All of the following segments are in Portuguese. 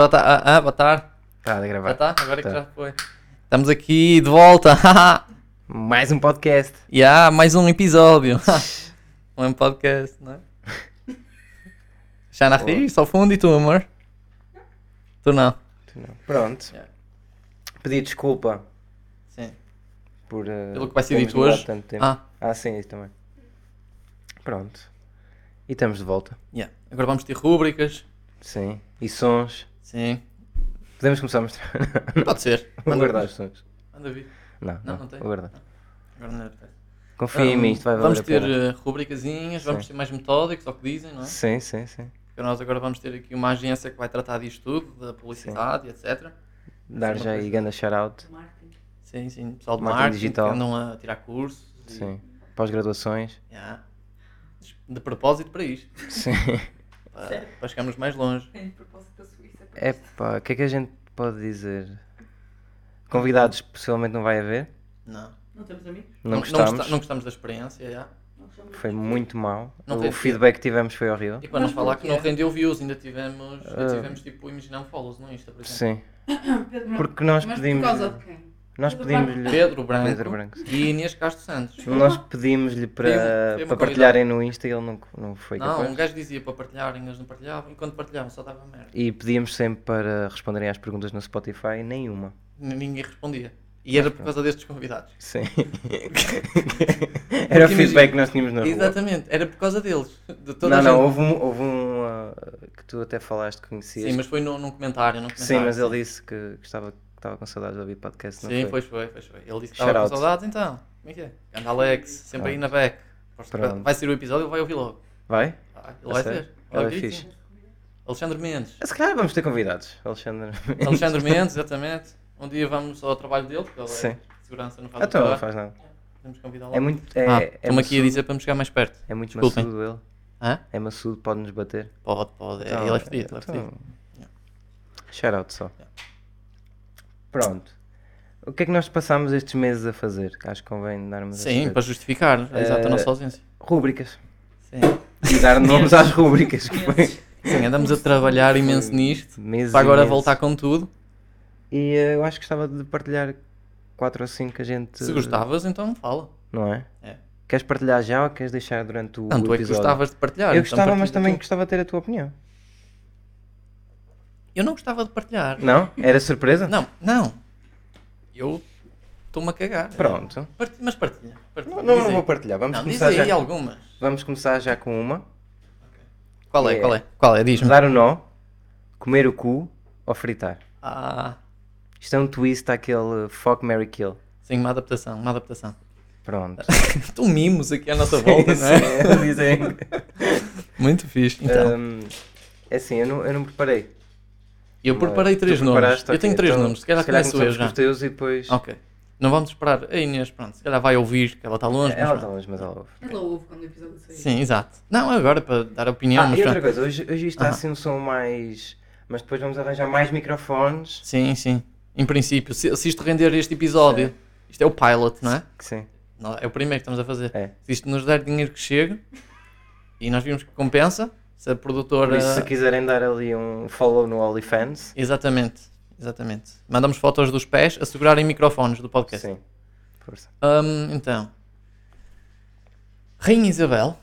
Boa, ta- ah, ah, boa tarde. Tá, a Já gravar. está? Agora que Tá. já foi. Estamos aqui de volta. Mais um podcast. e há mais um episódio. um podcast, não é? Já na riste ao fundo e tu, amor? Tu não. Pronto. Yeah. Pedi desculpa Sim. por. eh, Pelo que vai ser termos dito hoje. demorado Tanto tempo. Ah. Ah, sim, isso também. Pronto. E estamos de volta. yeah. Agora vamos ter rúbricas. Sim. E sons. Sim. Podemos começar a mostrar. Pode ser. Vou guardar os sons. Manda vir. Não, não, não tem. Vou guardar. Agora não é. Confia em mim, isto vai valer Vamos a ter pena. eh, rubricazinhas, vamos ser mais metódicos ao que dizem, não é? Sim, sim, sim. Porque nós agora vamos ter aqui uma agência que vai tratar disto tudo, da publicidade e etc. Dar Sim, já uma aí ganda shout-out. Sim, sim, pessoal de Marketing marketing, digital. que andam a tirar cursos. e- Sim. Pós-graduações. Yeah. De propósito para isto, Sim. para, para chegarmos mais longe. Tem de propósito da Suíça. para Epá, o que é que a gente pode dizer? Convidados possivelmente não vai haver. Não. Não temos amigos? Não, gosta- gostamos. não gostamos da experiência, yeah. Não gostamos Foi muito mal. Não o teve feedback que tivemos foi horrível. E para não Mas falar que não porquê? rendeu views, ainda tivemos, ainda Ah. tivemos tipo, imagina um follows no Insta, por exemplo. Sim. Pedro Branco. Porque nós Mas pedimos. por causa de quem? Nós Pedro pedimos-lhe. Pedro Branco, Pedro Branco, sim. e Inês Castro Santos. Nós pedimos-lhe Pedimos- para, pedimos para convidado. partilharem no Insta e ele não, não foi Não, capaz. um gajo dizia para partilharem, eles não partilhavam, e quando partilhavam só dava merda. E pedíamos sempre para responderem às perguntas no Spotify e nenhuma. N- Ninguém respondia. E era por causa destes convidados. Sim. Era o Porque feedback que nós tínhamos na rua. Exatamente, era por causa deles. De toda a Não, gente. não, houve um, houve um ah, que tu até falaste que conhecias. Sim, mas foi num, num comentário, num comentário. Sim, mas ele disse que, que estava, que estava com saudades de ouvir podcast. Não Sim, foi? pois foi, pois foi. Ele disse que Shout estava com out. saudades, então. Como é que é? Ganda Alex, sempre aí na back. Aposto que vai- Pronto. Vai ser o episódio, ele vai ouvir logo. Vai? Ah, Ele A vai sério? ser. Ah, é direitinho. fixe. Alexandre Mendes. Se calhar vamos ter convidados, Alexandre. Alexandre Mendes, exatamente. Um dia vamos ao trabalho dele, porque ele é Sim. de segurança, não faz Então, não trabalho. faz nada. Podemos convidá-lo. É muito. É, Ah, é Estou-me aqui a maçudo- dizer para me chegar mais perto. É muito Desculpem. maçudo ele. Hã? É maçudo, pode-nos bater. Pode, pode. É, Então, ele é fedido, ele é fedido. então, Shout out só. Pronto. O que é que nós passámos estes meses a fazer? Que acho que É- convém darmos Sim, para justificar, É exato, a nossa ausência. Rúbricas. Sim. E dar nomes às rúbricas. Que foi. Sim, andamos a trabalhar imenso nisto. Meses Para e agora meses. voltar com tudo. E eh, eu acho que gostava de partilhar quatro ou cinco que a gente. Se gostavas, então fala. Não é? É. Queres partilhar já ou queres deixar durante o. Não, o tu é que episódio? gostavas de partilhar. Eu então gostava, mas partilha também tu. gostava de ter a tua opinião. Eu não gostava de partilhar. Não? Era surpresa? Não, não. Eu estou-me a cagar. Pronto. Parti- Mas partilha. partilha. Não, não, Diz não aí. vou partilhar. Vamos Não, diz começar aí já. algumas. Vamos começar já com uma. Qual é, É. qual é? Qual é? Diz-me. Dar o nó, comer o cu ou fritar. Ah, Isto é um twist àquele fuck, Mary kill. sim, uma adaptação, uma adaptação. Pronto. tu mimos aqui à nossa volta, não é? Dizem. Muito fixe. Então, Hum, é assim, eu não, eu não preparei. eu preparei é. Tu três nomes. preparaste, Eu ok, tenho três então, nomes, se calhar se calhar começo eu começamos com já. Ah, então os teus e depois... Ok. Não vamos esperar. A Inês, pronto, se calhar vai ouvir, que ela está longe. mas É, Ela está pronto. longe, mas ela ouve. Ela ouve É quando o episódio sair. Sim, exato. Não, agora é para dar opinião, Ah, mas e outra pronto. coisa, hoje, hoje isto está Aham. assim um som mais... Mas depois vamos arranjar mais microfones. Sim, sim. Em princípio, se, se isto render este episódio, isto é o pilot, não é? Que sim. Não, é o primeiro que estamos a fazer. É. Se isto nos der dinheiro que chega e nós vimos que compensa, se a Por produtora. isso, se quiserem dar ali um follow no OnlyFans... Exatamente, exatamente. Mandamos fotos dos pés a segurarem microfones do podcast. Sim. Força. Hum, então, Rainha Isabel,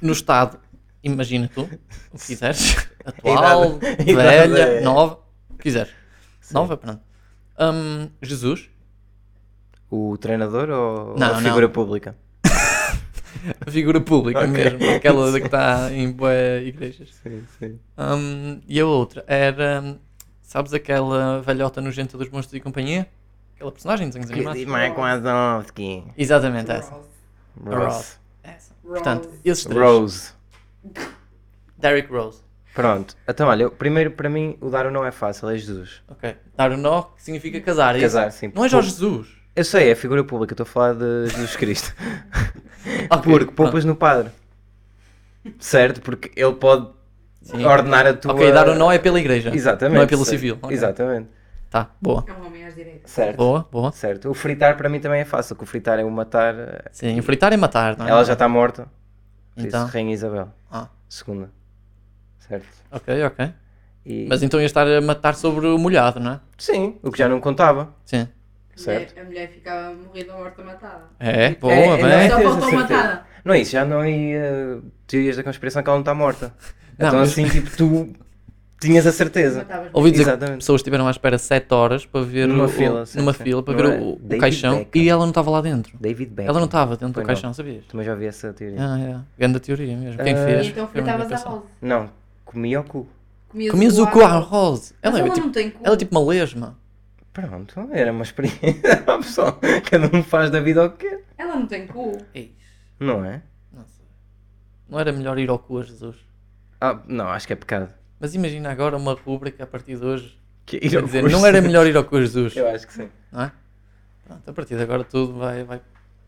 no estado, imagina tu, o que quiseres, atual, A idade- a idade velha, é- nova, o que quiseres. Nova, pronto. Hum, Jesus, O treinador ou Não, a não. figura pública? a figura pública Ok. mesmo, aquela que está em boé igrejas. Sim, sim. Hum, e a outra era, hum, sabes aquela velhota nojenta dos monstros e companhia? Aquela personagem de desenhos animados? Mike Wazowski. Exatamente essa. Rose. Ross. essa. Portanto, Rose. esses três. Rose. Derek Rose. Pronto. Então, olha, eu- primeiro para mim o dar o não é fácil, é Jesus. Ok. Dar o nó que significa casar. é isso? Casar, sim. Não é Jorge Jesus. Eu sei, é figura pública, estou a falar de Jesus Cristo. Ok, Porque pronto. poupas no padre. Certo? Porque ele pode Sim. ordenar a tua. Ok, dar o nó é pela igreja. Exatamente. Não é pelo certo. civil. Ok. Exatamente. Tá, boa. É um homem às direitas. Certo. Boa, boa. Certo. O fritar para mim também é fácil, porque o fritar é o matar. eh, Sim, fritar é matar, não é? Ela já está morta. Por Então. isso, Rainha Isabel. Ah, Segunda. Certo. ok, ok. E, Mas então ia estar a matar sobre o molhado, não é? Sim, o que já não contava. Sim. Certo. A mulher ficava morrida ou morta matada. É, boa, É, bem. é, Só tens a faltou certeza. matada. Não é isso, já não é teorias da conspiração que ela não está morta. Não, então mas- assim, tipo, tu tinhas a certeza. Matavas Ouvi dizer que Exatamente. pessoas estiveram à espera 7 horas para ver Numa o- fila, sim, numa sim. fila para Não ver é? o, o David caixão Beckham. e ela não estava lá dentro. David Beckham. Ela não estava dentro Foi do não. tá- caixão, sabias? Também já ouvi essa teoria. Ah, é. Grande teoria mesmo. Quem Ah. fez? E então foi uma fritavas a invenção. rosa. Não, comia o cu. Comias Comias o cu à rose. Mas Ela é, ela tipo, não tem cu. ela é tipo uma lesma. Pronto, era uma experiência. pessoal, cada um faz da vida o que quer. Ela não tem cu. Ei, Não é? Não sei. Não era melhor ir ao cu a Jesus? Ah, não, acho que é pecado. Mas imagina agora uma rúbrica a partir de hoje. Que Quer dizer, não era melhor ir ao cu a Jesus, Eu acho que sim. não é? Pronto, a partir de agora tudo vai. vai-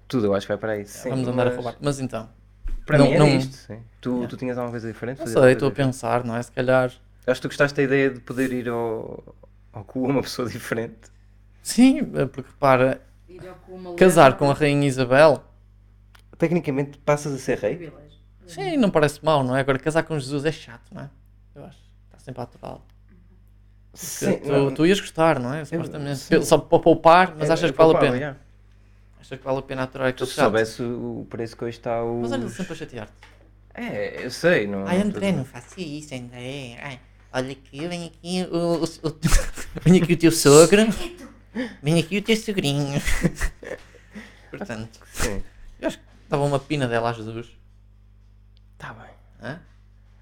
Tudo, eu acho que vai para isso. Sim, vamos andar mas a falar. Mas então, Para Não- mim era não- isto. Sim. Tu, tu tinhas alguma coisa diferente? não Fazer sei, outra estou a coisa? pensar, não é? Se calhar. Acho que tu gostaste da ideia de poder ir ao, ao cu a uma pessoa diferente. Sim, eh, porque repara, Ir ao cu uma casar com a Rainha Isabel, Tecnicamente passas a ser rei? Privilégio. sim, não parece mal, não é? Agora, casar com Jesus é chato, não é? Eu acho. Está sempre a aturá-lo. Sim. tu, não- tu ias gostar, não é? Supostamente. sim. Só para poupar, mas é- achas é que vale a poupável, pena? já. Achas que vale a pena aturar Tu aquele se chato? soubesse o o preço que hoje está o. Mas olha sempre a chatear-te. É, eu sei, não. Ai, não tô- André, não faça isso, André. Ai, olha aqui, vem aqui o, o, o- vem aqui o teu sogro. Vem aqui o teu sogrinho. Portanto, Sim. eu acho que dava uma pina dela a Jesus. Tá bem. hã?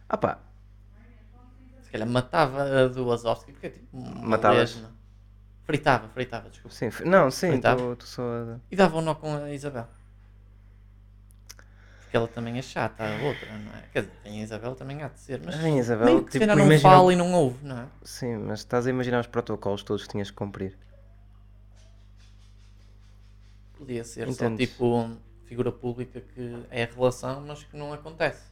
Ah pá, é? Se calhar matava a do Azovski, porque é tipo uma Matavas? lesma. Fritava, fritava, desculpa. sim. f- Não, sim, Coitado. estou só. a- E dava um nó com a Isabel. Porque ela também é chata, a outra, não é? Quer dizer, tem a Isabel também há de ser, mas. Mas vem, Isabel, Nem que se tipo, calhar não imagina- fala e não ouve, não é? Sim, mas estás a imaginar os protocolos todos que tinhas que cumprir. Podia ser só Entendes? tipo um, figura pública que é a relação, mas que não acontece.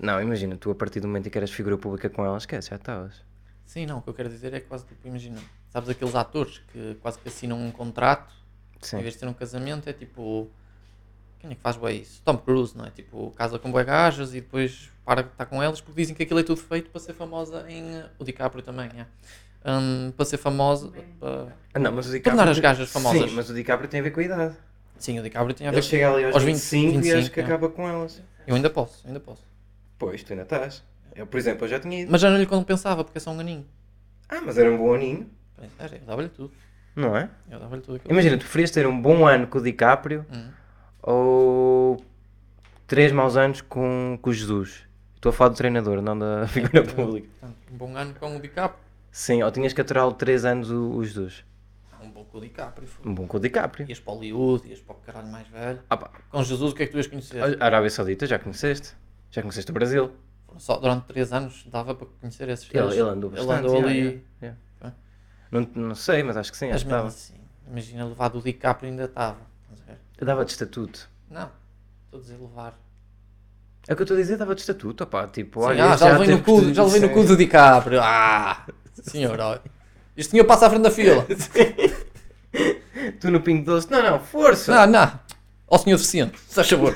Não, imagina, tu a partir do momento em que eras figura pública com ela, esquece, já estavas. Sim, não, o que eu quero dizer é quase tipo, imagina, sabes aqueles atores que quase que assinam um contrato, em Sim. vez de ter um casamento, é tipo. Quem é que faz bué isso? Tom Cruise, não é? Tipo, casa com bué gajas e depois para de estar com elas porque dizem que aquilo é tudo feito para ser famosa em. eh, O DiCaprio também, é. Hum, para ser famosa. para- Ah, não, mas o Tornar as gajas famosas. Sim, mas o DiCaprio tem a ver com a idade. Sim, o DiCaprio tinha a ver Ele chega ali aos, aos 25, 25, e acho que é. acaba com elas. Eu ainda posso, ainda posso. Pois, tu ainda estás. Eu, por exemplo, eu já tinha ido. Mas já não lhe compensava porque é só um aninho. Ah, mas era um bom aninho. Era, eu dava-lhe tudo. Não é? Eu dava-lhe tudo aquilo. Imagina, tu preferias ter um bom ano com o DiCaprio Hum. ou três maus anos com, com o Jesus? Estou a falar do treinador, não da figura pública. Portanto, um bom ano com o DiCaprio. Sim, ou tinhas que aturar três anos o, o Jesus. Ah, Um bom com o DiCaprio. foda-se. Um bom com o DiCaprio. Ias para Hollywood, ias para o caralho mais velho. Ah, pá, Com Jesus, o que é que tu ias conhecer? a Arábia Saudita já conheceste. Já conheceste o Brasil. Só durante 3 anos dava para conhecer esses Ele, gajos. ele andou Ele bastante. andou já, ali. já, já. Ah. Não, não sei, mas acho que sim. Mas Acho que mesmo dava. assim, imagina levar do DiCaprio ainda estava. Estás a ver? Dava de estatuto. Não, estou a dizer levar. É o que eu estou a dizer, dava de estatuto, opá, tipo, Sim, olha, ah, este já levei, teve no cu, de- já levei no sim. cu do DiCaprio. Ah, senhor, ó. Este senhor passa à frente da fila. Tu no Pingo Doce, não, não, força! não, não. Ó senhor deficiente, se faz favor.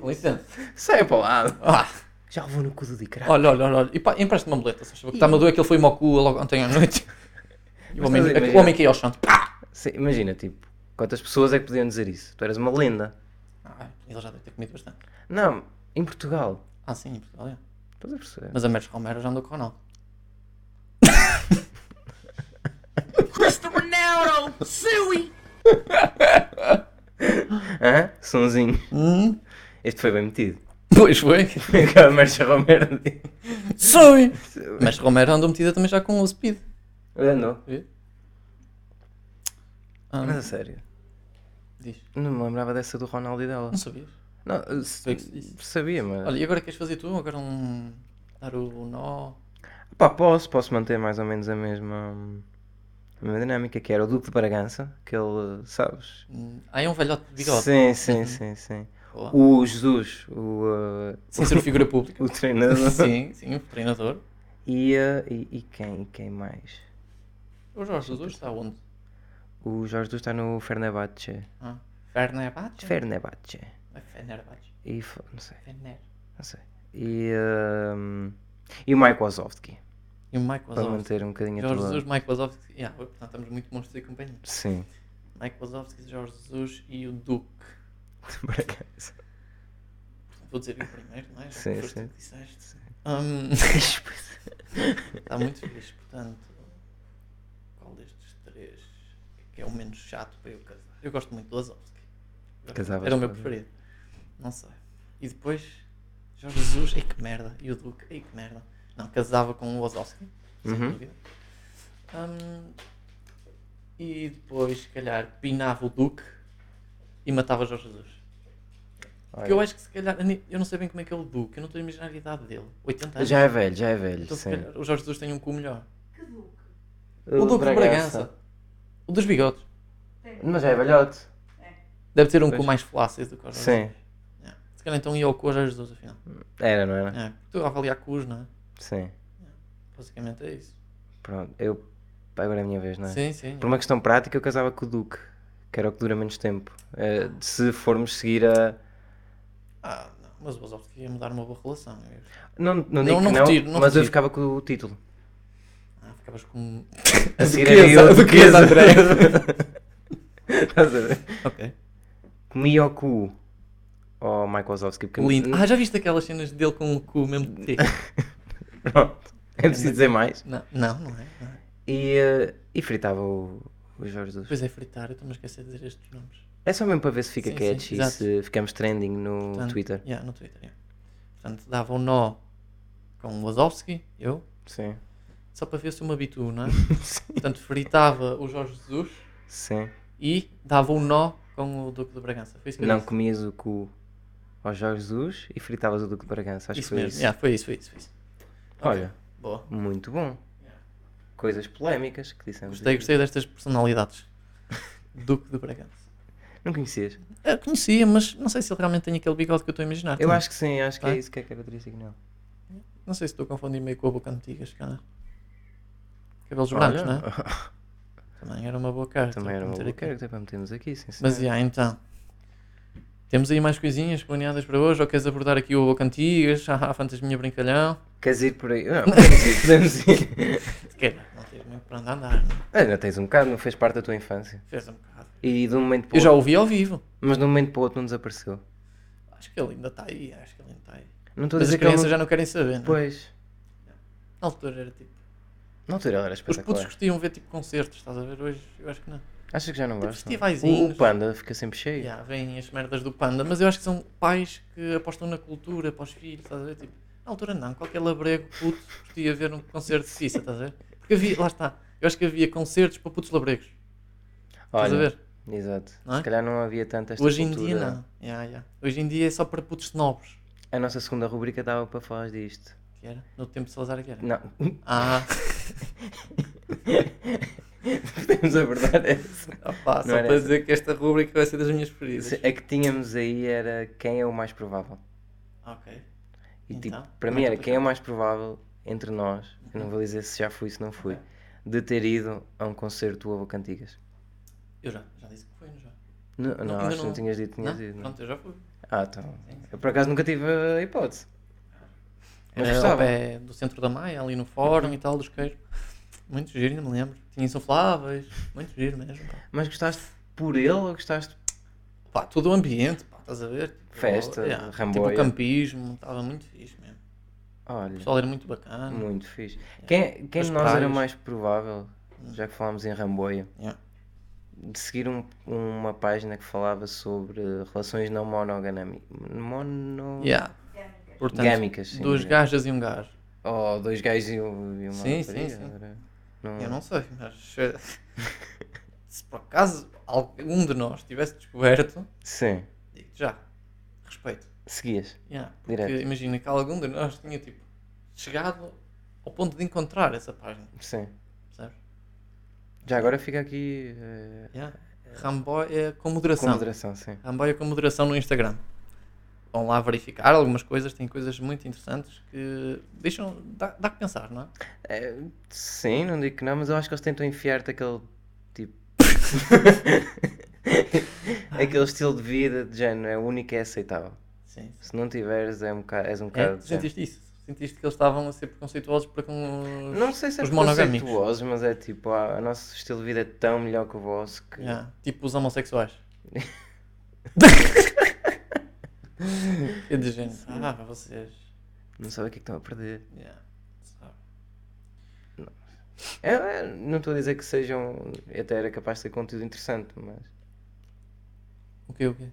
Com licença. Sai para o lado. Ah. Já levou no cu do DiCaprio. Olha, olha, olha, olha. E pá, empresta-me uma boleta, se faz favor, que está-me a doer que ele foi-me ao cu logo ontem à noite. E o homem, estás a o imaginar? homem caiu ao chão. Pá! Sim, imagina, tipo, quantas pessoas é que podiam dizer isso? Tu eras uma lenda. Ah, ele já deve ter comido bastante. Não, em Portugal. Ah, sim, em Portugal, é. Estás a perceber? Mas a Mercedes Romero já andou com o Ronaldo. Hã? Sonzinho. Hum? Este foi bem metido. Pois foi. Foi o que a Mercha Romero disse. Sui! Mas Romero andou metida também já com o Speed. Andou. Ah, Mas a sério, diz. não me lembrava dessa do Ronaldo e dela. Não sabias? Não, se- Foi o que se disse. sabia, mas... Olha, e agora queres fazer tu? Agora um. dar o nó. Pá, posso, posso manter mais ou menos a mesma, a mesma dinâmica que era o Duque de Bragança, que ele, sabes? Hum, Ah, é um velhote de bigode. Sim, sim, sim, sim. Uhum. Boa. O Jesus, o, uh, Sem ser figura pública. o treinador. sim, sim, o treinador. E, uh, e, e quem, e quem mais? O Jorge Jesus está onde? O Jorge Jesus está no Fernabache. Ah, Fenerbahçe? Fernabache. Fenerbahçe. E f- não sei, é Fener. não sei. E, um, e o Mike Wazowski. E o Mike para Wazowski. manter um bocadinho a Jorge tua... Jesus, Mike Wazowski. Yeah, portanto, estamos muito monstros e companhia. Sim, Mike Wazowski, Jorge Jesus e o Duke. por acaso. Vou dizer o primeiro, não é? Já Sim, que foste sim. tu que disseste. Hum, Está muito fixe, portanto. Qual destes três é que é o menos chato para eu casar? Eu gosto muito do Lazowski. Casavas Era o meu com ele? preferido. Não sei. E depois, Jorge Jesus, ei que merda. E o Duque, ei que merda. Não, casava com o Lazowski, sem Uhum. dúvida. Hum, e depois, se calhar, pinava o Duque e matava Jorge Jesus. Porque eu Olha, acho que se calhar, a ni- eu não sei bem como é que é o Duque, eu não estou a imaginar a idade dele. 80 anos. Já é velho, já é velho, então, se sim. calhar, o Jorge Jesus tem um cu melhor. Que duque. O Duque de Bragança. O dos bigodes. Tem. Mas já é velhote. Deve ter um Pois. cu mais flácido do que o Jorge Sim. Jesus. É. Se calhar então ia ao cu ao Jorge Jesus, afinal. Era, não era? É. Tu a avaliar cus, não é? Sim. Basicamente é isso. Pronto, eu... pá, Agora é a minha vez, não é? Sim, sim. Por uma questão prática, eu casava com o Duque, que era o que dura menos tempo. Eh, se formos seguir a. Ah, não. Mas o Wazowski ia mudar uma boa relação. Eu... Não, não digo Não, que não, não retiro, não mas eu retiro. ficava com o título. Ah, ficavas com... A seguir é Duquesa, era eu, a Duquesa. André. Estás a ver? Ok. Comia o cu ao Michael Wazowski, porque Lindo. Ah, já viste aquelas cenas dele com o cu mesmo de ti? pronto, é preciso dizer mais. não, não, não é? Não é? E, eh, e fritava o, o Jorge Jesus. Depois é fritar, eu estou-me a esquecer de dizer estes nomes. É só mesmo para ver se fica Sim, sim, catchy e exato. se ficamos trending no Portanto, Twitter. Yeah, no Twitter, yeah. Portanto, dava um nó com o Wazowski, eu, Sim, só para ver se eu me habituo, não é? sim, Portanto, fritava o Jorge Jesus sim. e dava um nó com o Duque de Bragança. Foi isso que eu Não disse. comias o cu ao Jorge Jesus e fritavas o Duque de Bragança. Acho isso que foi mesmo. isso. Yeah, foi isso, foi isso, foi isso. Ok, Olha, Boa. muito bom. Yeah. Coisas polémicas que dissemos. Gostei, aqui. gostei destas personalidades. Duque de Bragança. Não conhecias? Eu conhecia, mas não sei se ele realmente tem aquele bigode que eu estou a imaginar. Eu também. acho que sim, acho que é Tá. isso que é característico nele. Não sei se estou a confundir meio com a boca antiga, se calhar. Cabelos brancos, não é? Também era uma boa cara. então, Também era uma boa cara. character para metermos aqui, sim Mas senhor. já, então. Temos aí mais coisinhas planeadas para hoje? Ou queres abordar aqui o Boca Antigas? Ah, fantasminha brincalhão? Queres ir por aí? Não, podemos ir, podemos ir. Quer, não tens muito para onde andar, não é? Ainda tens um bocado, não fez parte da tua infância. Fez um bocado. E de um momento para Eu o já outro, ouvi ao vivo. mas de um momento para o outro não desapareceu. Acho que ele ainda está aí, acho que ele ainda está aí. Não estou a Mas as dizer que ele crianças não... já não querem saber, não é? Pois. Na altura era tipo... Na altura ele era Os putos espetacular. curtiam ver tipo concertos, estás a ver? Hoje eu acho que não. Achas que já não gostam? O, festivaizinhos. o panda fica sempre cheio. Já, vêm as merdas do panda, mas eu acho que são pais que apostam na cultura para os filhos, estás a ver? Tipo, na altura não, qualquer labrego puto curtia ver um concerto de Cissa, estás a ver? Porque havia, lá está, eu acho que havia concertos para putos labregos, estás a Olha, ver? exato. Não é? Se calhar não havia tanta esta Hoje em cultura. dia não, Já, já. hoje em dia é só para putos snobs, A nossa segunda rubrica dava para falar disto. que era, no tempo de Salazar que era. Não. Ah, Podemos abordar essa. opá, só Não era para essa. dizer que esta rubrica vai ser das minhas preferidas. A que tínhamos aí era quem é o mais provável. é Ok, E Então, tipo, como para é mim que era tu quem é o mais provável entre nós, eu não vou dizer se já fui, se não fui, de ter ido a um concerto do Ovo Cantigas. eu já, já disse que foi, não já? Não, não, ainda acho que não não. tinhas dito, tinhas Não? ido. não? é? Pronto, eu já fui. Ah, então. Eu por acaso nunca tive a hipótese. Mas Era gostava. ao pé É, do centro da Maia, ali no fórum e tal, dos queijos. Muito giro, ainda me lembro. Tinha insufláveis, muito giro mesmo. pá. Mas gostaste por ele ou gostaste. Pá, todo o ambiente, pá, estás a ver? Tipo, Festa, yeah, ramboia. Tipo campismo, estava muito fixe mesmo. O Olha, pessoal era muito bacana. muito fixe. Quem, quem de As nós era praias. mais provável, já que falámos em Ramboia, Yeah. de seguir um- uma página que falava sobre relações não monogâmicas. Mono... Yeah. Portanto, Gâmicas, sim, duas né? gajas e um gajo. Oh, dois gajos e um- e uma Sim, sim, rapariga, sim. era- Não... Eu não sei, mas eh, se por acaso algum de nós tivesse descoberto, Sim, digo já, respeito. seguias. Yeah, porque Direto. imagina que algum de nós tinha tipo chegado ao ponto de encontrar essa página, Sim. percebes? Já agora fica aqui eh, Yeah. Ramboia é com com moderação. moderação, sim. Ramboia com moderação no Instagram. Vão lá verificar algumas coisas, tem coisas muito interessantes que deixam. dá, dá que pensar, não é? Eh, sim, não digo que não, mas eu acho que eles tentam enfiar-te aquele tipo. aquele estilo de vida de género, é o único que é aceitável. Sim. sim. Se não tiveres, é um bocado. És um É, bocado sentiste isso? Sentiste que eles estavam a ser preconceituosos para com os... Não sei se é os monogâmicos. preconceituoso, mas é tipo, ah, o nosso estilo de vida é tão melhor que o vosso que. Yeah, tipo os homossexuais. Eu de género, ah, vocês. Não sabem o que é que estão a perder. Yeah, sabe. É, é, não estou a dizer que sejam. Até era capaz de ser conteúdo interessante, mas. O quê, o quê?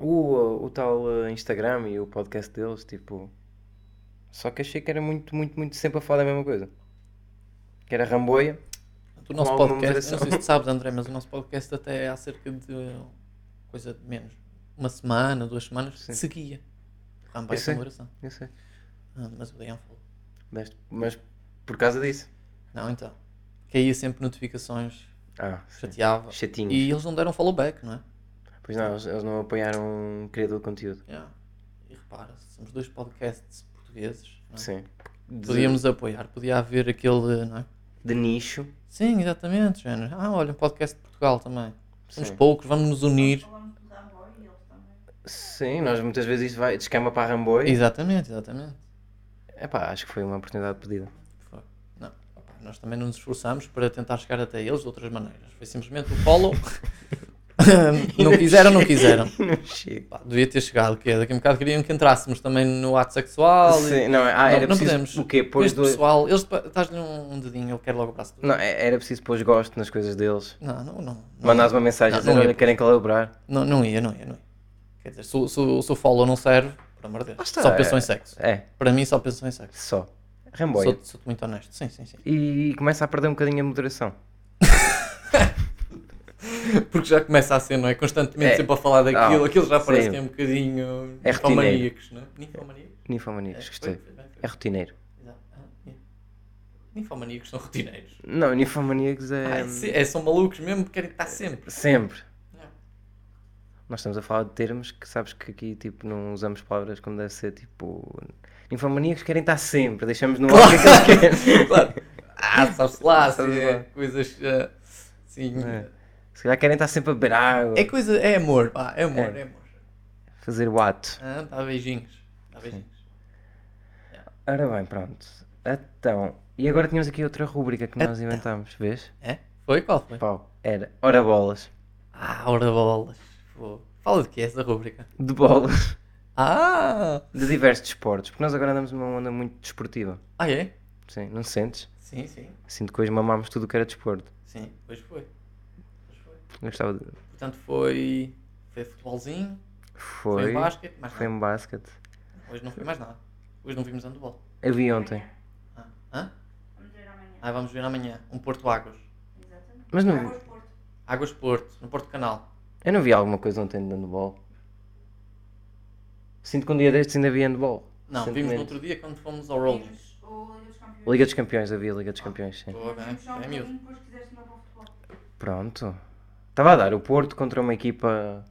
O, o tal eh, Instagram e o podcast deles, tipo. Só que achei que era muito, muito, muito sempre a falar da mesma coisa. Que era ramboia. O nosso alguma podcast, eu não moderação. sei se tu sabes, André, mas o nosso podcast até há cerca de coisa de menos. Uma semana, duas semanas, Sim. seguia. Rambai Eu essa sei. moderação. Eu sei. Ah, mas o Leão falou. Mas, mas por causa disso. Não, então. Caía sempre notificações, Ah, sim. chateava. chatinho. E eles não deram follow back, não é? Pois não, eles, eles não apoiaram o criador de conteúdo. Yeah. E repara, somos dois podcasts portugueses. Não é? Sim. De, Podíamos apoiar, podia haver aquele, não é? de nicho. Sim, exatamente, género. Ah, olha, um podcast de Portugal também. Somos Sim. poucos, vamos nos unir. Falamos de Amor e eles também. Sim, nós muitas vezes isto vai descamba para a Ramboia. Exatamente, exatamente. Epá, acho que foi uma oportunidade perdida. Foi. Não, opá, nós também não nos esforçamos para tentar chegar até eles de outras maneiras. Foi simplesmente o follow. não quiseram, não quiseram. não chega. Pá, devia ter chegado, que daqui a um bocado queriam que entrássemos também no ato sexual. e- Sim, não, ah, não, era não preciso podemos. o quê? Pôr os este dois... pessoal, eles estás-lhe um, um dedinho, ele quer logo o braço. todo. Não, é- era preciso pôr os gosto nas coisas deles. Não, não, não. não. Mandares uma mensagem Não, a dizer, não ia olha, querem calibrar. Não, não ia, não ia, não ia. Quer dizer, se, o- se, o- se o follow não serve, por amor de Lá Deus, está, só pensou é- em sexo. É, Para mim, só pensou em sexo. só. Ramboia. Sou- Sou-te muito honesto. Sim, sim, sim. E começa a perder um bocadinho a moderação. Porque já começa a ser, não é? Constantemente É. sempre a falar daquilo. Ah, aquilo já parece sim. que é um bocadinho É ninfomaníacos, não é? Ninfomaníacos? Ninfomaníacos, foi, gostei. foi, foi, foi. É rotineiro. Exato. Ah, yeah. Ninfomaníacos são rotineiros. Não, ninfomaníacos é... Ai, sim, é, são malucos mesmo que querem estar sempre. Sempre. Não. Nós estamos a falar de termos que sabes que aqui tipo, não usamos palavras como deve ser, tipo. Ninfomaníacos querem estar sempre, deixamos no ar o que é que eles querem. Claro. Ah, sabe-se lá, se Sabe-se é lá. coisas. ah, sim. É. Se calhar querem estar sempre a beber água, É coisa. É amor, pá. É amor, é, É. amor. fazer o ato. Ah, dá beijinhos. Dá beijinhos. Ora bem, pronto. Então, e agora tínhamos aqui outra rúbrica que nós Então. inventámos, vês? É? Foi? Qual foi? Pau, era ora bolas. Ah, hora de bolas. Pô. Fala de que é essa rubrica? De bolas. Ah! De diversos desportos, porque nós agora andamos numa onda muito desportiva. Ah, é? Sim, não sentes? Sim, sim. Assim, depois mamámos tudo o que era desporto. Sim, pois foi. Pois foi. Eu gostava de. Portanto, foi. Foi futebolzinho, foi, Foi. basquete, mais Foi nada. um basquete. Hoje não foi mais nada. Hoje não vimos handball. Eu vi ontem. Ah, hã? Vamos ver amanhã. ah, vamos ver amanhã. Um Porto Águas. Exatamente. Mas não vi. Águas Porto. Águas Porto, no Porto Canal. Eu não vi alguma coisa ontem de handball. Sinto que um dia destes ainda havia handball. Não, vimos no outro dia quando fomos ao Rolling. Vimos o Liga dos Liga Campeões. dos Campeões, havia Liga Ah. dos Campeões, sim. Boa, bem. Vimos só um É miúdo. bocadinho, depois quiseste mudar para o futebol. Pronto. Estava a dar o Porto contra uma equipa,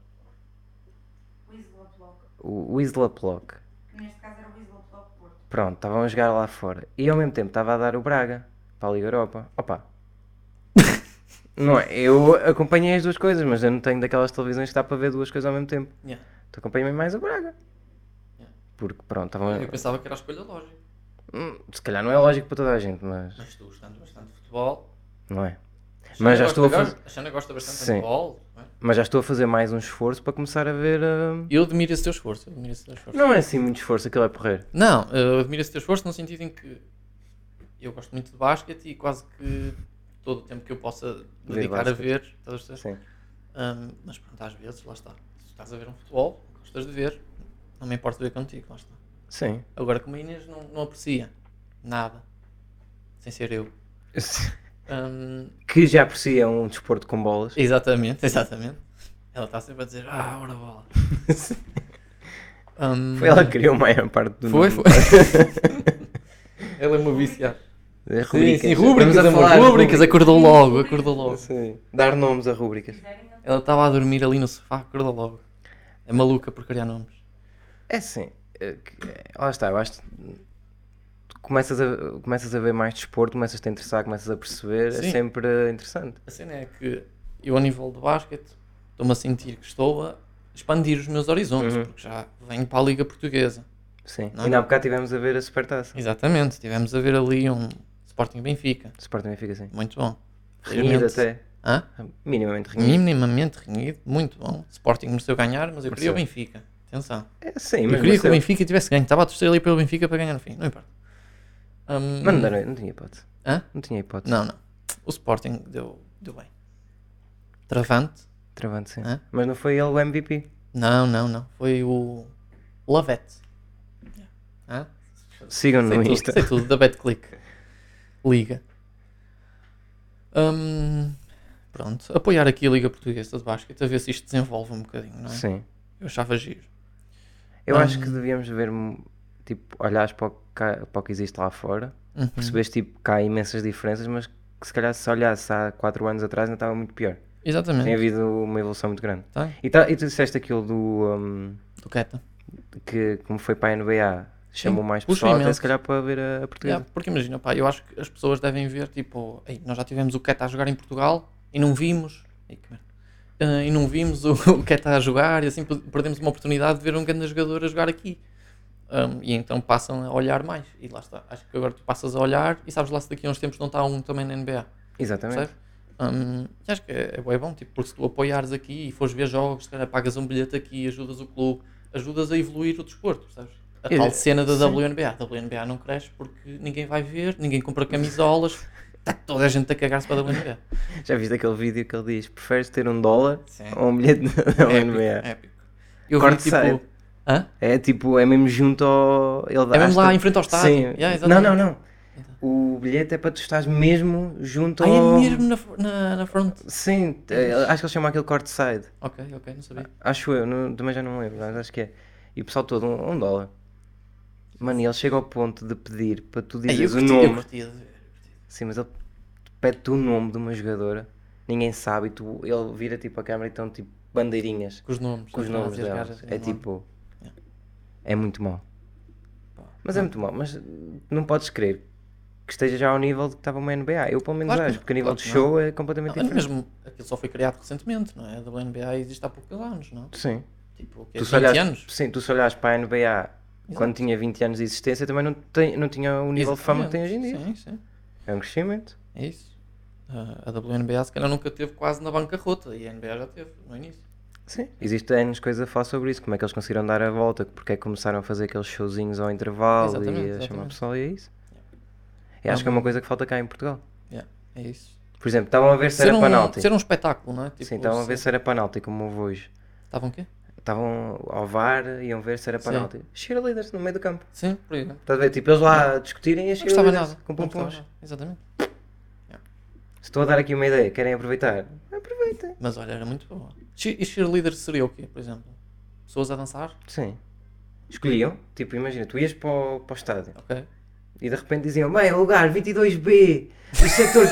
O Isla Block. o o Isla Plock. Que neste caso era o Isla Block Porto. Pronto, estavam a jogar lá fora. E ao mesmo tempo estava a dar o Braga para a Liga Europa. Opa. não é? Eu acompanhei as duas coisas, mas eu não tenho daquelas televisões que dá para ver duas coisas ao mesmo tempo. Yeah. Tu acompanhei mais o Braga. Yeah. Porque pronto, estavam a- Eu pensava que era a escolha lógica. Hum, Se calhar não é lógico para toda a gente, mas. Mas tu gostando bastante de futebol. Não é? a Xana Mas já gosta- estou a fazer- A Xana gosta bastante de Sim. handball. não é? Mas já estou a fazer mais um esforço para começar a ver. hum, Eu admiro esse teu esforço. Eu admiro esse teu esforço. Não é assim muito esforço, aquilo é porreiro. Não, eh, eu admiro esse teu esforço no sentido em que eu gosto muito de basquete e quase que todo o tempo que eu possa Ver dedicar a basquete. ver, estás a perceber? Sim. Ahm, mas pronto, às vezes, lá está. Se estás a ver um futebol, gostas de ver, não me importa ver contigo, lá está. Sim. Agora, como a Inês não, não aprecia nada, sem ser eu. Ahm, Que já por si é um desporto com bolas. exatamente, exatamente. Ela está sempre a dizer, ah, ora bola. Ahm, Foi ela que criou a maior parte do Foi, nome. foi. ela é uma viciada. É, Sim, rubricas. sim, rúbricas, Estamos a amor, falar de rúbricas, acordou logo, acordou logo. Sim. Dar nomes a rubricas. Quiserem, não. Ela estava a dormir ali no sofá, acordou logo. É maluca por criar nomes. É sim. é que- é, Lá está, eu acho. que tu Começas a, começas a ver mais desporto, começas a te interessar, começas a perceber, Sim. é sempre interessante. A cena é que eu, a nível de basquete, estou-me a sentir que estou a expandir os meus horizontes, Uhum. porque já venho para a Liga Portuguesa. Sim. Não, Ainda há não. bocado estivemos a ver a supertaça. Exatamente, tivemos a ver ali um Sporting Benfica. Sporting Benfica, sim. Muito bom. Renhido Realmente- até. Hã? Minimamente renhido. Minimamente renhido, muito bom. Sporting mereceu ganhar, mas eu queria o Mereceu. Benfica. Atenção. É, sim, Eu queria mas que o mereceu. Benfica tivesse ganho. Estava a torcer ali pelo Benfica para ganhar no fim. Não importa. Hum, Mas não, deram- não tinha hipótese. hã? Não tinha hipótese. Não, não. O Sporting deu, deu bem. Travante? Travante, sim. Hã? Mas não foi ele o MVP. Não, não, não. Foi o Lavette. Hã? Sigam-no Sei no tudo, Insta. sei tudo, da BetClick. Liga. Hum, pronto, apoiar aqui a Liga Portuguesa de Basquete, a ver se isto desenvolve um bocadinho, não é? Sim. Eu achava giro. Eu Hum. acho que devíamos ver, tipo, olhares para o que, cá- para o que existe lá fora, Uhum. perceberes tipo, que há imensas diferenças, mas que se calhar se olhasse há 4 anos atrás ainda estava muito pior. Tem Exatamente. havido uma evolução muito grande. Tá? E, tá- e tu disseste aquilo do hum, Do Queta. que, como foi para a NBA, chamou mais puxa pessoal, até imenso. se calhar para ver a, a portuguesa. Yeah, porque imagina, pá, eu acho que as pessoas devem ver, tipo, "Ei, nós já tivemos o Queta a jogar em Portugal e não vimos. Ei, que merda. Ah, e não vimos o, o Queta a jogar e assim pe- perdemos uma oportunidade de ver um grande jogador a jogar aqui. Ahm, e então passam a olhar mais. E lá está. Acho que agora tu passas a olhar e sabes lá se daqui a uns tempos não está um também na NBA. Exatamente. Percebe? Hum, e acho que é, é bué bom, tipo, porque se tu apoiares aqui e fores ver jogos, se calhar pagas um bilhete aqui, ajudas o clube, ajudas a evoluir o desporto, percebes? A Eu- tal cena da sim. WNBA. A WNBA não cresce porque ninguém vai ver, ninguém compra camisolas, está toda a gente a cagar-se para a WNBA. Já viste aquele vídeo que ele diz: preferes ter um dólar Sim. ou um bilhete da É épico, NBA? é épico. Eu vi Corte side. tipo. Hã? É tipo, é mesmo junto ao. Ele É dá- mesmo lá acho em frente ao que- estádio. Sim. Yeah, não, exatamente. não, não. O bilhete é para tu estares mesmo junto Ah, ao. é mesmo na, fr- na, na front. Sim, é, acho que ele chama aquele corte side. Ok, ok, não sabia. Acho eu, não- também já não me lembro, mas acho que é. E o pessoal todo, um, um dólar. Mano, e ele chega ao ponto de pedir para tu Ei, eu dizeres o curti- eu nome. curti de ver, eu curti. Sim, mas ele pede-te o nome de uma jogadora, ninguém sabe, e tu, ele vira tipo a câmera e estão tipo bandeirinhas Com os uhum. nomes. com os as nomes frases e as delas. gajas, É não. tipo. É muito mau. Mas é muito mau, mas uh, não podes crer que esteja já ao nível de que estava uma NBA. Eu pelo menos Claro que acho, não, porque a nível claro de que não. show é completamente Não, mas diferente. mesmo aquilo só foi criado recentemente, não é? A WNBA existe há poucos anos, não? Sim. Tipo, o quê? Tu 20 se olhares, anos? Sim, tu se olhares para a NBA quando tinha 20 anos de existência também não, tem, não tinha o nível de fama que tem hoje em dia. Sim, sim. É um crescimento. É isso. Ah, a WNBA se calhar nunca teve quase na bancarrota e a NBA já teve no início. Sim. Existem anos coisas a falar sobre isso, como é que eles conseguiram dar a volta, porque é que começaram a fazer aqueles showzinhos ao intervalo Exatamente, e a chamar o exatamente. pessoal e é isso. Eu acho que é uma coisa que falta cá em Portugal. Yeah, é isso. Por exemplo, estavam a ver se Ser era um, penalti. ser um espetáculo, não é? Tipo, Sim, estavam a ver se- se era penalti, como houve hoje. Estavam o quê? Estavam ao VAR, iam ver se era Sim. penalti. Cheerleaders no meio do campo. Sim, por exemplo. Estás a ver? Tipo, eles lá a discutirem e as Não gostava cheerleaders nada. com não gostava pompoms. nada, Exatamente. Se estou a dar aqui uma ideia, querem aproveitar? Aproveitem. Mas olha, era muito boa. Che- E cheerleader seria o quê, por exemplo? Pessoas a dançar? Sim. Escolhiam, tipo, imagina, tu ias para o, para o estádio Ok. e de repente diziam: Bem, lugar 22B, do setor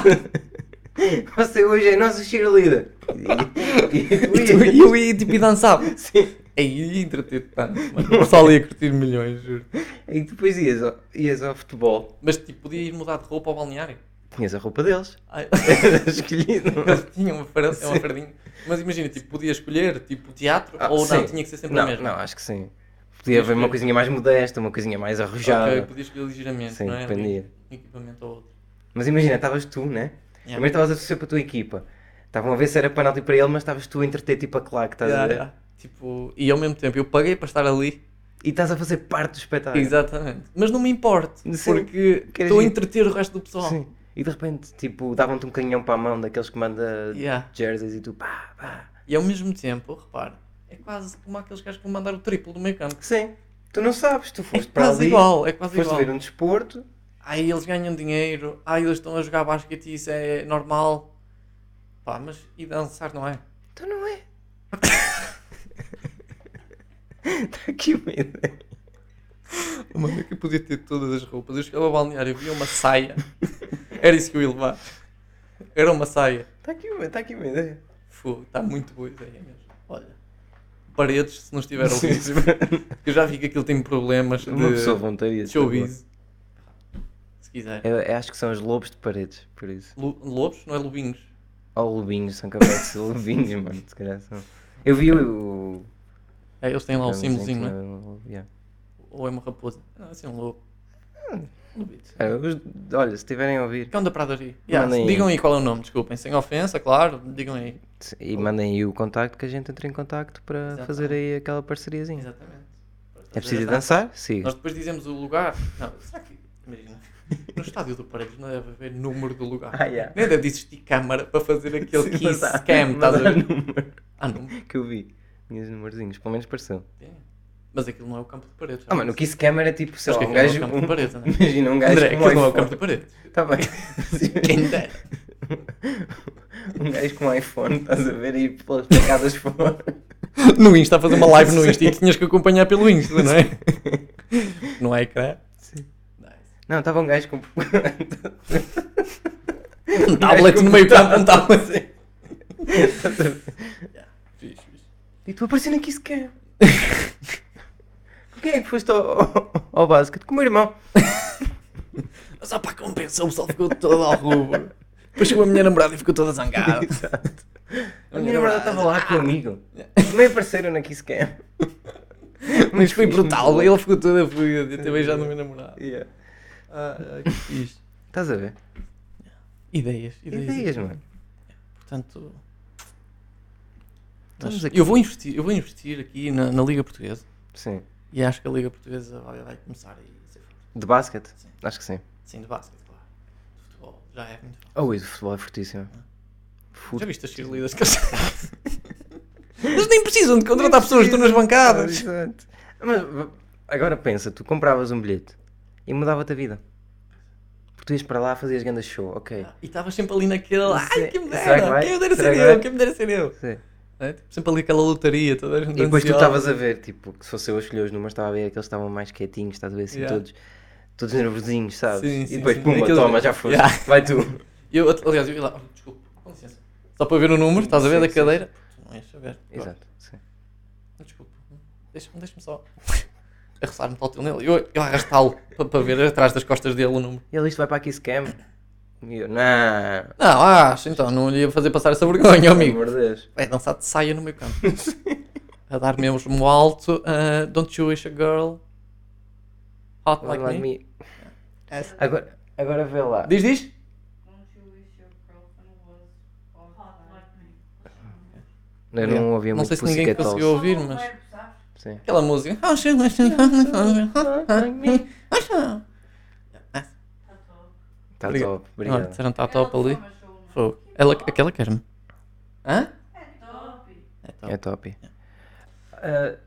15. Você hoje é nosso cheerleader. E, e, e E tu ias. eu ia tipo e dançava. Sim. Aí entreter tanto, mano. O pessoal ia curtir milhões, juro. E depois ias ao, ias ao futebol, Mas tipo, podia ir mudar de roupa ao balneário. tinhas a roupa deles. Ai, Era escolhido. Eles tinham uma, far... é uma fardinha. Mas imagina, tipo, podia escolher tipo teatro Ah, ou sim. não, tinha que ser sempre a Não, mesma. não, acho que sim. Podia haver uma coisinha mais modesta, uma coisinha mais Ok, arrojada. podia escolher ligeiramente, Sim, não é? dependia. Um equipamento ou outro. Mas imagina, estavas tu, né? Yeah. Primeiro estavas a torcer para a tua equipa. Estavam a ver se era penalti para ele, mas estavas tu a entreter tipo a claque, estás Yeah, a ver? yeah. Tipo, e ao mesmo tempo eu paguei para estar ali. E estás a fazer parte do espetáculo. Exatamente. Mas não me importo, Sim. porque Queres estou a ir- entreter o resto do pessoal. Sim. E de repente, tipo, davam-te um canhão para a mão daqueles que manda Yeah. jerseys e tu pá, pá. E ao mesmo tempo, repara, é quase como aqueles gajos que vão mandar o triplo do meio campo. Sim. Tu não sabes, tu É foste para quase ali, igual, é quase foste igual. ver um desporto. Ai, eles ganham dinheiro. Ai, eles estão a jogar basquete e isso é normal. Pá, mas e dançar não é? Então não é. Está Tá aqui uma ideia. Mano, eu que podia ter todas as roupas. Eu chegava ao balneário e via uma saia. Era isso que eu ia levar. Era uma saia. Está aqui, uma- tá aqui uma ideia. Fogo, está muito boa a ideia mesmo. Olha. Paredes, se não estiver a ouvir. Eu já vi que aquilo tem problemas um de Uma pessoa voluntaria. showbiz. Se quiser. Eu, eu acho que são os lobos de paredes, por isso. Lu- Lobos, não é lobinhos. Ou lobinhos, são capazes de ser lobinhos, mano, se calhar são. Eu vi o. É, eles têm lá o símbolozinho, não é? não é? O Ou é uma raposa? Não, assim, um lobo. Hum. Um É Lobito. Cara, os- olha, se tiverem a ouvir Cão da Pradaria. Yeah, Mandem aí. digam aí qual é o nome, desculpem. Sem ofensa, claro. Digam aí. e mandem aí o contacto que a gente entra em contacto para fazer aí aquela parceriazinha. Exatamente. É preciso ir dançar? Siga. Nós depois dizemos o lugar. Não, será que. Imagina. No estádio do Paredes não deve haver número do lugar. Ah, yeah. Nem deve existir câmara para fazer aquele Sim, kiss mas há- cam, mas estás a há ver? número Ah, não. que eu vi. Minhas numerzinhos, pelo menos pareceu. tem. Mas aquilo não é o campo de paredes. Ah, mano, o Kiss Cam era tipo, sei Mas lá, que um aquilo não é o campo gajo. de um- paredes, né? Imagina um gajo André, com um aquilo não é o campo de iPhone. paredes. Tá bem. Quem der. um gajo com um iPhone, estás a ver aí pelas pancadas fora. No Insta, a fazer uma live no Sim. Insta e tinhas que acompanhar pelo Insta, não é? Não é ecrã? Sim. Nice. Não, estava um gajo com. Um tablet no meio campo, um tablet. Estás a ver? Fixe, fixe. E tu aparecendo aqui se quer. Quem é que foste ao, ao, ao basquete? Com o meu irmão. Mas só para compensar, o pessoal ficou todo ao rubro. Depois chegou a minha namorada e ficou toda zangada. Exato. A minha namorada estava ah, lá comigo. Nem apareceram na Kiss Cam. Mas foi Fixe, brutal, muito ele ficou toda fluida. Eu também já não me namorado. Yeah. Ah, ah, que fixe. Estás a ver? Ideias, ideias. Ideias, mano. Portanto. Estamos mas aqui. Eu vou investir, eu vou investir aqui na, na Liga Portuguesa. Sim. E acho que a Liga Portuguesa vai, vai começar a ser forte. De basquete? Sim. Acho que sim. Sim, de basquete, claro. De futebol, já é muito forte. Oh, isso, o futebol é fortíssimo. Ah. Já Futebol. viste as cheerleaders que eles Eles nem precisam de contratar pessoas que estão nas bancadas. Exato. Mas v- agora pensa, tu compravas um bilhete e mudava-te a vida. Porque tu ias para lá, fazias grande show, ok. E estavas sempre ali naquela. Ai, Sim. que me é- Será que dera! vai? Quem me dera Será ser que eu! vai? Quem me dera ser eu! Sim. Não é? Tipo, sempre ali aquela lotaria, toda a gente E depois tu ansiosa. estavas a ver, tipo, que se fosse eu a escolher os números, estava a ver que eles estavam mais quietinhos, estás a ver assim, Yeah. todos, todos nervosinhos, sabes? Sim, e sim, depois, sim. puma, Aqueles- toma, já foste, Yeah. vai tu. Eu, aliás, eu ia lá. Oh, desculpa, com licença. Só para ver o número, estás a ver Sim, da sim, cadeira? Tu não ias saber. Exato, sim. Desculpa, deixa-me deixa-me só arrastar-me tal nele. Eu, eu arrastá-lo para, para ver atrás das costas dele o número. E ele, isto vai para aqui, scam. E eu, não, Não, acho, então, não lhe ia fazer passar essa vergonha, amigo. pelo amor de Deus. É dançar de saia no meu campo. a dar mesmo alto. ah, don't you wish a girl hot like, me? Essa. Agora, agora vê lá. Diz, diz. Don't you wish your girlfriend was hot like me? Eu não ouvi Não muito sei se ninguém Pussycat conseguiu Dolls. ouvir, mas. Verbo, sabes? Sim. Aquela música. Ah, Está Tá top. Obrigado. tá top, Olha, obrigado. disseram Ah, que está Ela top ali. só achou uma. Fogo. Ela, aquela quer-me. Hã? É top. É É top. top. Ah,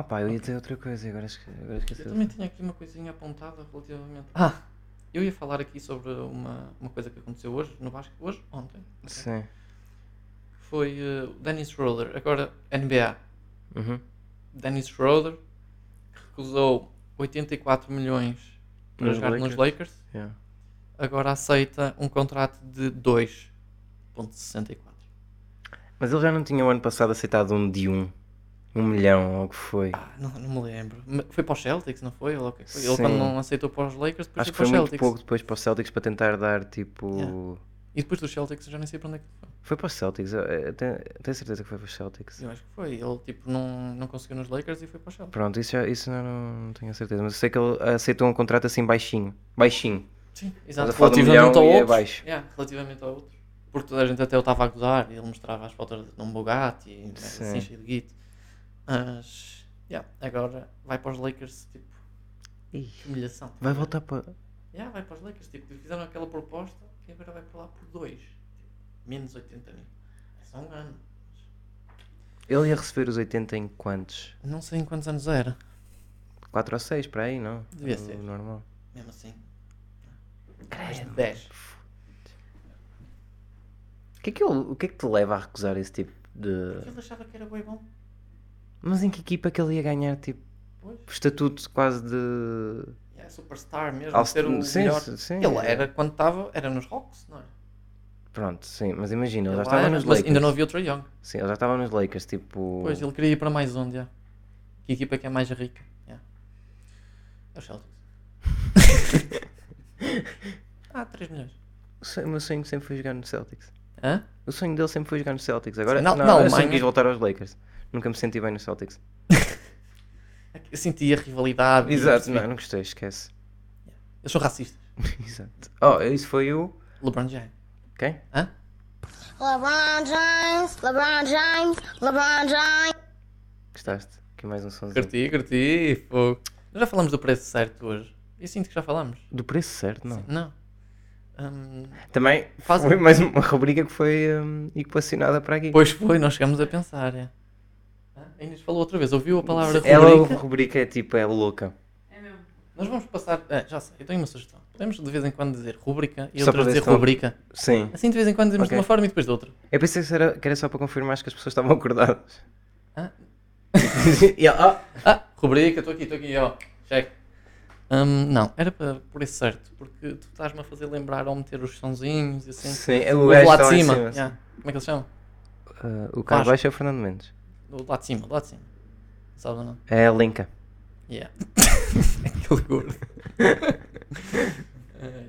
opá, eu ia dizer outra coisa e agora, esque- agora esqueci. Eu também tinha aqui uma coisinha apontada relativamente. Ah! Eu ia falar aqui sobre uma, uma coisa que aconteceu hoje, no Vasco, hoje, ontem. Sim. Foi eh, o Dennis Schroeder, agora NBA. Uhum. Dennis Schroeder, que recusou 84 milhões para Nos jogar nos Lakers. Lakers, Yeah. agora aceita um contrato de 2,64. Mas ele já não tinha o ano passado aceitado um de um. Um milhão, ou o que foi. Ah, não, não me lembro. Me- Foi para os Celtics, não foi? Ele, o que é que foi? Ele Sim. quando não aceitou para os Lakers, depois Acho que foi para foi os muito Celtics. pouco depois para os Celtics para tentar dar tipo. Yeah. E depois dos Celtics eu já nem sei para onde é que foi. Foi para os Celtics, eu, eu tenho, eu tenho certeza que foi para os Celtics. Eu acho que foi. Ele tipo não, não conseguiu nos Lakers e foi para os Celtics. Pronto, isso, já, isso eu não, não tenho a certeza, mas eu sei que ele aceitou um contrato assim baixinho. Baixinho. Sim, exato. a falar de um Relativamente milhão ao e é outro. baixo. Yeah, relativamente ao outro. Porque toda a gente até o estava a gozar. Ele mostrava as fotos de um Bugatti e né, Sim. assim cheio de guito. Mas yeah, agora vai para os Lakers, tipo, Ih, que humilhação. vai voltar para. Yeah, vai para os Lakers, tipo, fizeram aquela proposta e agora vai para lá por dois. Menos 80 mil. É só um ano. Ele ia receber os 80 em quantos? Não sei em quantos anos era. 4 ou 6 para aí, não? Devia O ser. Normal. Mesmo assim. Mais de 10. O que, é que ele- o que é que te leva a recusar esse tipo de. Ele achava que era bem bom. Mas em que equipa que ele ia ganhar, tipo, Pois. estatuto quase de. É superstar mesmo, All- ser o sim, um melhor. sim, sim, Ele é. era, quando estava, era nos Hawks, não é? Pronto, sim, mas imagina, ele Ele já estava era, nos mas Lakers. ainda não havia o Trae Young. Sim, ele já estava nos Lakers, tipo. Pois, ele queria ir para mais onde, já. Que equipa que é mais rica? já. É o Celtics. ah, 3 milhões. O sonho- O meu sonho sempre foi jogar no Celtics. Hã? O sonho dele sempre foi jogar no Celtics. Agora, Sim, na- não, na eu sempre Alemanha- quis voltar aos Lakers. Nunca me senti bem no Celtics. Aqui- Eu senti a rivalidade. e eu Exato, percebi. não, não gostei, esquece. Eles são racistas. Exato. Oh, isso foi o. LeBron James. Quem? Hã? LeBron James, LeBron James, LeBron James. Gostaste? Aqui mais um somzinho. Curti, curti. Fogo. Nós já falamos do preço certo hoje. Eu sinto que já falamos. Do preço certo, não. Sim, Não. Hum, Também Faz- um- foi mais uma rubrica que foi hum, equacionada para aqui. pois foi, nós chegamos a pensar. É. Hã? A Inês falou outra vez, ouviu a palavra Ela rubrica? a rubrica é tipo, é louca. É mesmo. Nós vamos passar. ah, já sei, eu tenho uma sugestão. Podemos de vez em quando dizer rubrica e Só para outras ver dizer se estão- rubrica. Sim. Assim de vez em quando dizemos Ok. de uma forma e depois de outra. Eu pensei que era, que era só para confirmar que as pessoas estavam acordadas. Hã? E ela, ah, Ah, rubrica, estou aqui, estou aqui, ó. Cheque. Hum, não, era para por isso certo, porque tu estás-me a fazer lembrar ao meter os sonzinhos e assim. sim, é O o do gajo lado de está lá em cima. cima. yeah. Como é que eles chamam? Ah, o cara Vasco. baixo é o Fernando Mendes. Do lado de cima, do lado de cima. Sabes ou não? É a Linka. Yeah. Aquele gordo.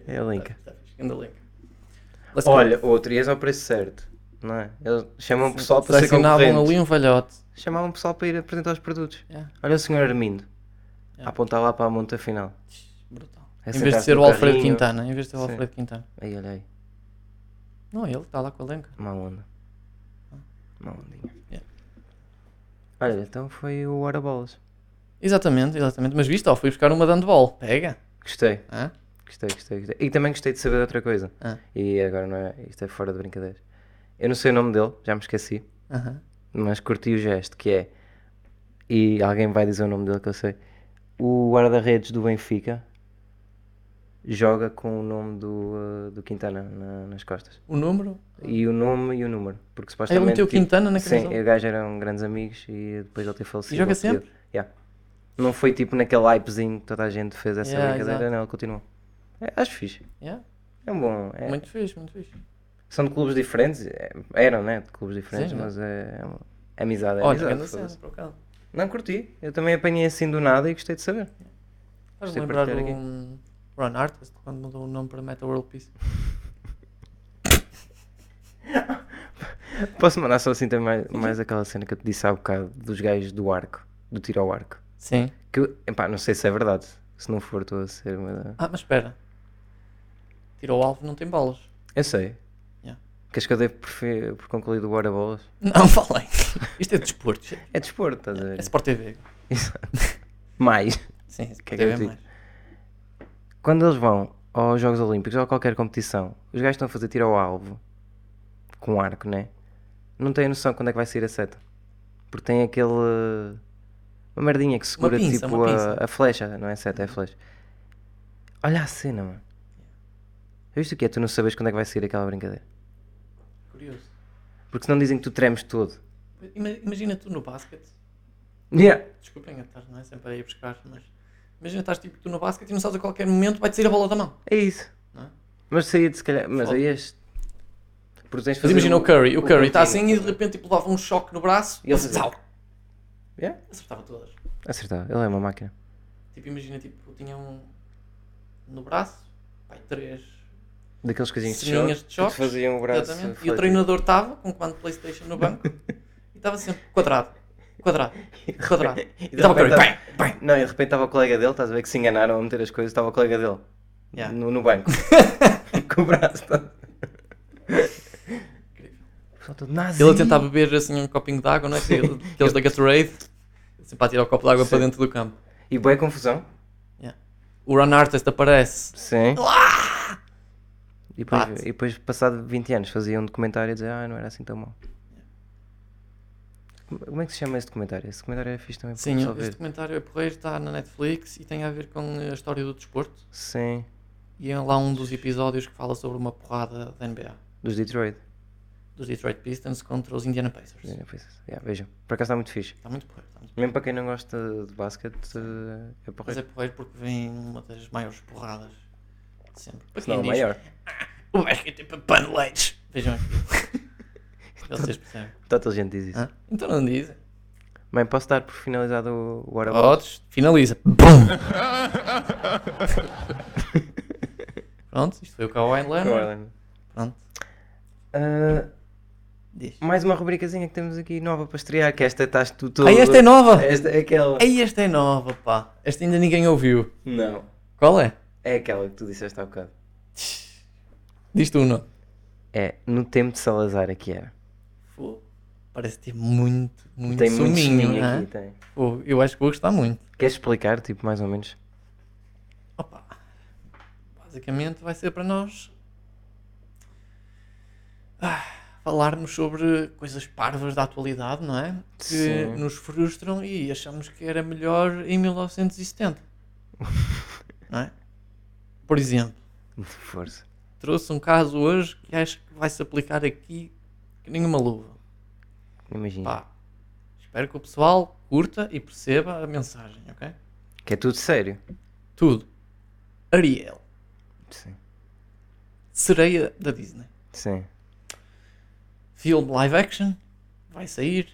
É a Linka. Ainda link. Let's go. Olha, outro, ias ao preço certo. Não é? Eles chamam o pessoal para ser Selecionavam concorrente. ali um velhote. Chamavam o pessoal para ir apresentar os produtos. Yeah. Olha o senhor Armindo. Yeah. A apontar lá para a monta final. Brutal. É em vez de sentar-se ser no o Alfredo carrinho. Quintana, em vez de ser o Sim. Alfredo Quintana. Aí, olha aí. Não, ele está lá com a lenca. Uma onda. Uma ondinha. Yeah. Olha, então foi o Hora Bolas. Exatamente, exatamente. Mas viste, ó, fui buscar uma dando bola. Pega. Gostei, Hã? gostei, gostei, gostei. E também gostei de saber outra coisa. Ah. E agora não é. Isto é fora de brincadeiras. Eu não sei o nome dele, já me esqueci. Aham. Mas curti o gesto que é. E alguém vai dizer o nome dele que eu sei. O guarda-redes do Benfica joga com o nome do, eh, do Quintana na- nas costas. O número? E o nome e o número. Ah, Porque ele supostamente. meteu o tipo, Quintana na Sim, camisola. e o gajo eram grandes amigos e depois ele ter falecido. E joga ele decidiu. Yeah. Não foi tipo naquele hypezinho que toda a gente fez essa Yeah, brincadeira, exato. não, ele continuou. É, acho fixe. Yeah, É um bom. é- Muito fixe, muito fixe. São de clubes diferentes, é- eram, né? De clubes diferentes, Sim, mas é, é uma amizade. É Olha, amizade, grande cena, foda-se. por acaso. Não curti, eu também apanhei assim do nada e gostei de saber. Estás a Gostei de lembrar partilhar aqui. um Ron Artist quando mudou o nome para Meta World Peace? Posso mandar só assim também mais aquela cena que eu te disse há bocado dos gajos do arco, do tiro ao arco. Sim. Que, eu- epá, não sei se é verdade. Se não for, estou a ser uma. Ah, mas espera. Tirou o alvo, não tem balas. Eu sei. Yeah. Queres que eu dê por, fi- por concluído o Bora Bolas? Não, falei. Isto é desporto. isto é- É desporto, estás a É ver? Sport TV. Mais. Sim, Sport Que é TV que eu é digo? mais. Quando eles vão aos Jogos Olímpicos ou a qualquer competição, os gajos estão a fazer tiro ao alvo com arco, né? Não têm noção quando é que vai sair a seta. Porque tem aquele. Uma merdinha que segura pinça, tipo uma a, pinça. Uhum. a flecha, não é seta, é flecha. Olha a cena, mano. Eu isto o que é? Tu não sabes quando é que vai sair aquela brincadeira. Curioso. Porque senão dizem que tu tremes todo. Ima- Imagina tu no basquete. Yeah. Desculpem, eu estar, não é sempre aí a buscar, mas. Imagina estás tipo tu no basquete e não sabes a qualquer momento vai-te sair a bola da mão. É isso. Não é? Mas saía de se calhar. Mas Foda. aí este. Porque tens de Mas fazer um- imagina o Curry. O Curry está assim pontinho. e de repente tipo, levava um choque no braço E e ele ele fazia- Yeah. Acertava todas. Acertava, ele é uma máquina. Tipo, imagina, tipo, tinha um no braço, pai, três Daqueles coisinhos de Sininhas choque, de que te choques, faziam o braço. exatamente. E o flexivo. treinador estava com o comando de Playstation no banco e estava sempre quadrado, quadrado, quadrado. E E de estava o Curry, repente bem, tava- bem. Não, e de repente estava o colega dele, estás a ver que se enganaram a meter as coisas, estava o colega dele. Yeah. No, no banco. Com o braço todo. O pessoal todo nazi. Ele a tentar beber assim um copinho de água, não é? Aqueles da Gatorade, sempre a tirar o copo de água para dentro do campo. E boa confusão. O Ron Artest aparece. Sim. E depois, Bate. e depois, passado 20 anos, fazia um documentário e dizia, ah, não era assim tão mau. Como- Como é que se chama esse documentário? Esse documentário é fixe também para o Sim, pessoal este ver. documentário é porreiro, está na Netflix e tem a ver com a história do desporto. Sim, E é lá um dos episódios que fala sobre uma porrada da NBA. dos Detroit. Dos Detroit Pistons contra os Indiana Pacers. Yeah, vejam, por acaso está muito fixe. Está muito porreiro, está muito Mesmo para quem não gosta de basquete, é para Mas é porreiro porque vem uma das maiores porradas de sempre. Para Se não é quem o diz, maior. O basquete é para paneleiros. Vejam aqui. Vocês percebem. Toda a gente diz isso. Hã? Então não dizem. Bem, posso dar por finalizado o o Hora Bolas? Podes, finaliza. Bum! Pronto, isto foi o Kawhi Com o Leonard. Alan. Pronto. Ah, Diz. Mais uma rubricazinha que temos aqui nova para estrear, que esta estás tu todo. Ah, esta é nova! Esta é aquela. Ei, esta é nova, pá. Esta ainda ninguém ouviu. Não. Qual é? É aquela que tu disseste há bocado. Diz tu não. É, no tempo de Salazar aqui era. Pô, Parece ter muito, muito Tem muito Um suminho, sininho hã? aqui, tem. Pô, eu acho que vou gostar muito. Queres explicar, tipo, mais ou menos? Opa. Basicamente vai ser para nós ah, falarmos sobre coisas parvas da atualidade, não é? Que Sim. nos frustram e achamos que era melhor em 1970. não é? Por exemplo, De força. trouxe um caso hoje que acho que vai se aplicar aqui que nenhuma luva. Imagina. Pá, espero que o pessoal curta e perceba a mensagem, ok? Que é tudo sério. Tudo. Ariel, Sim. sereia da Disney. Sim. Filme live action, vai sair.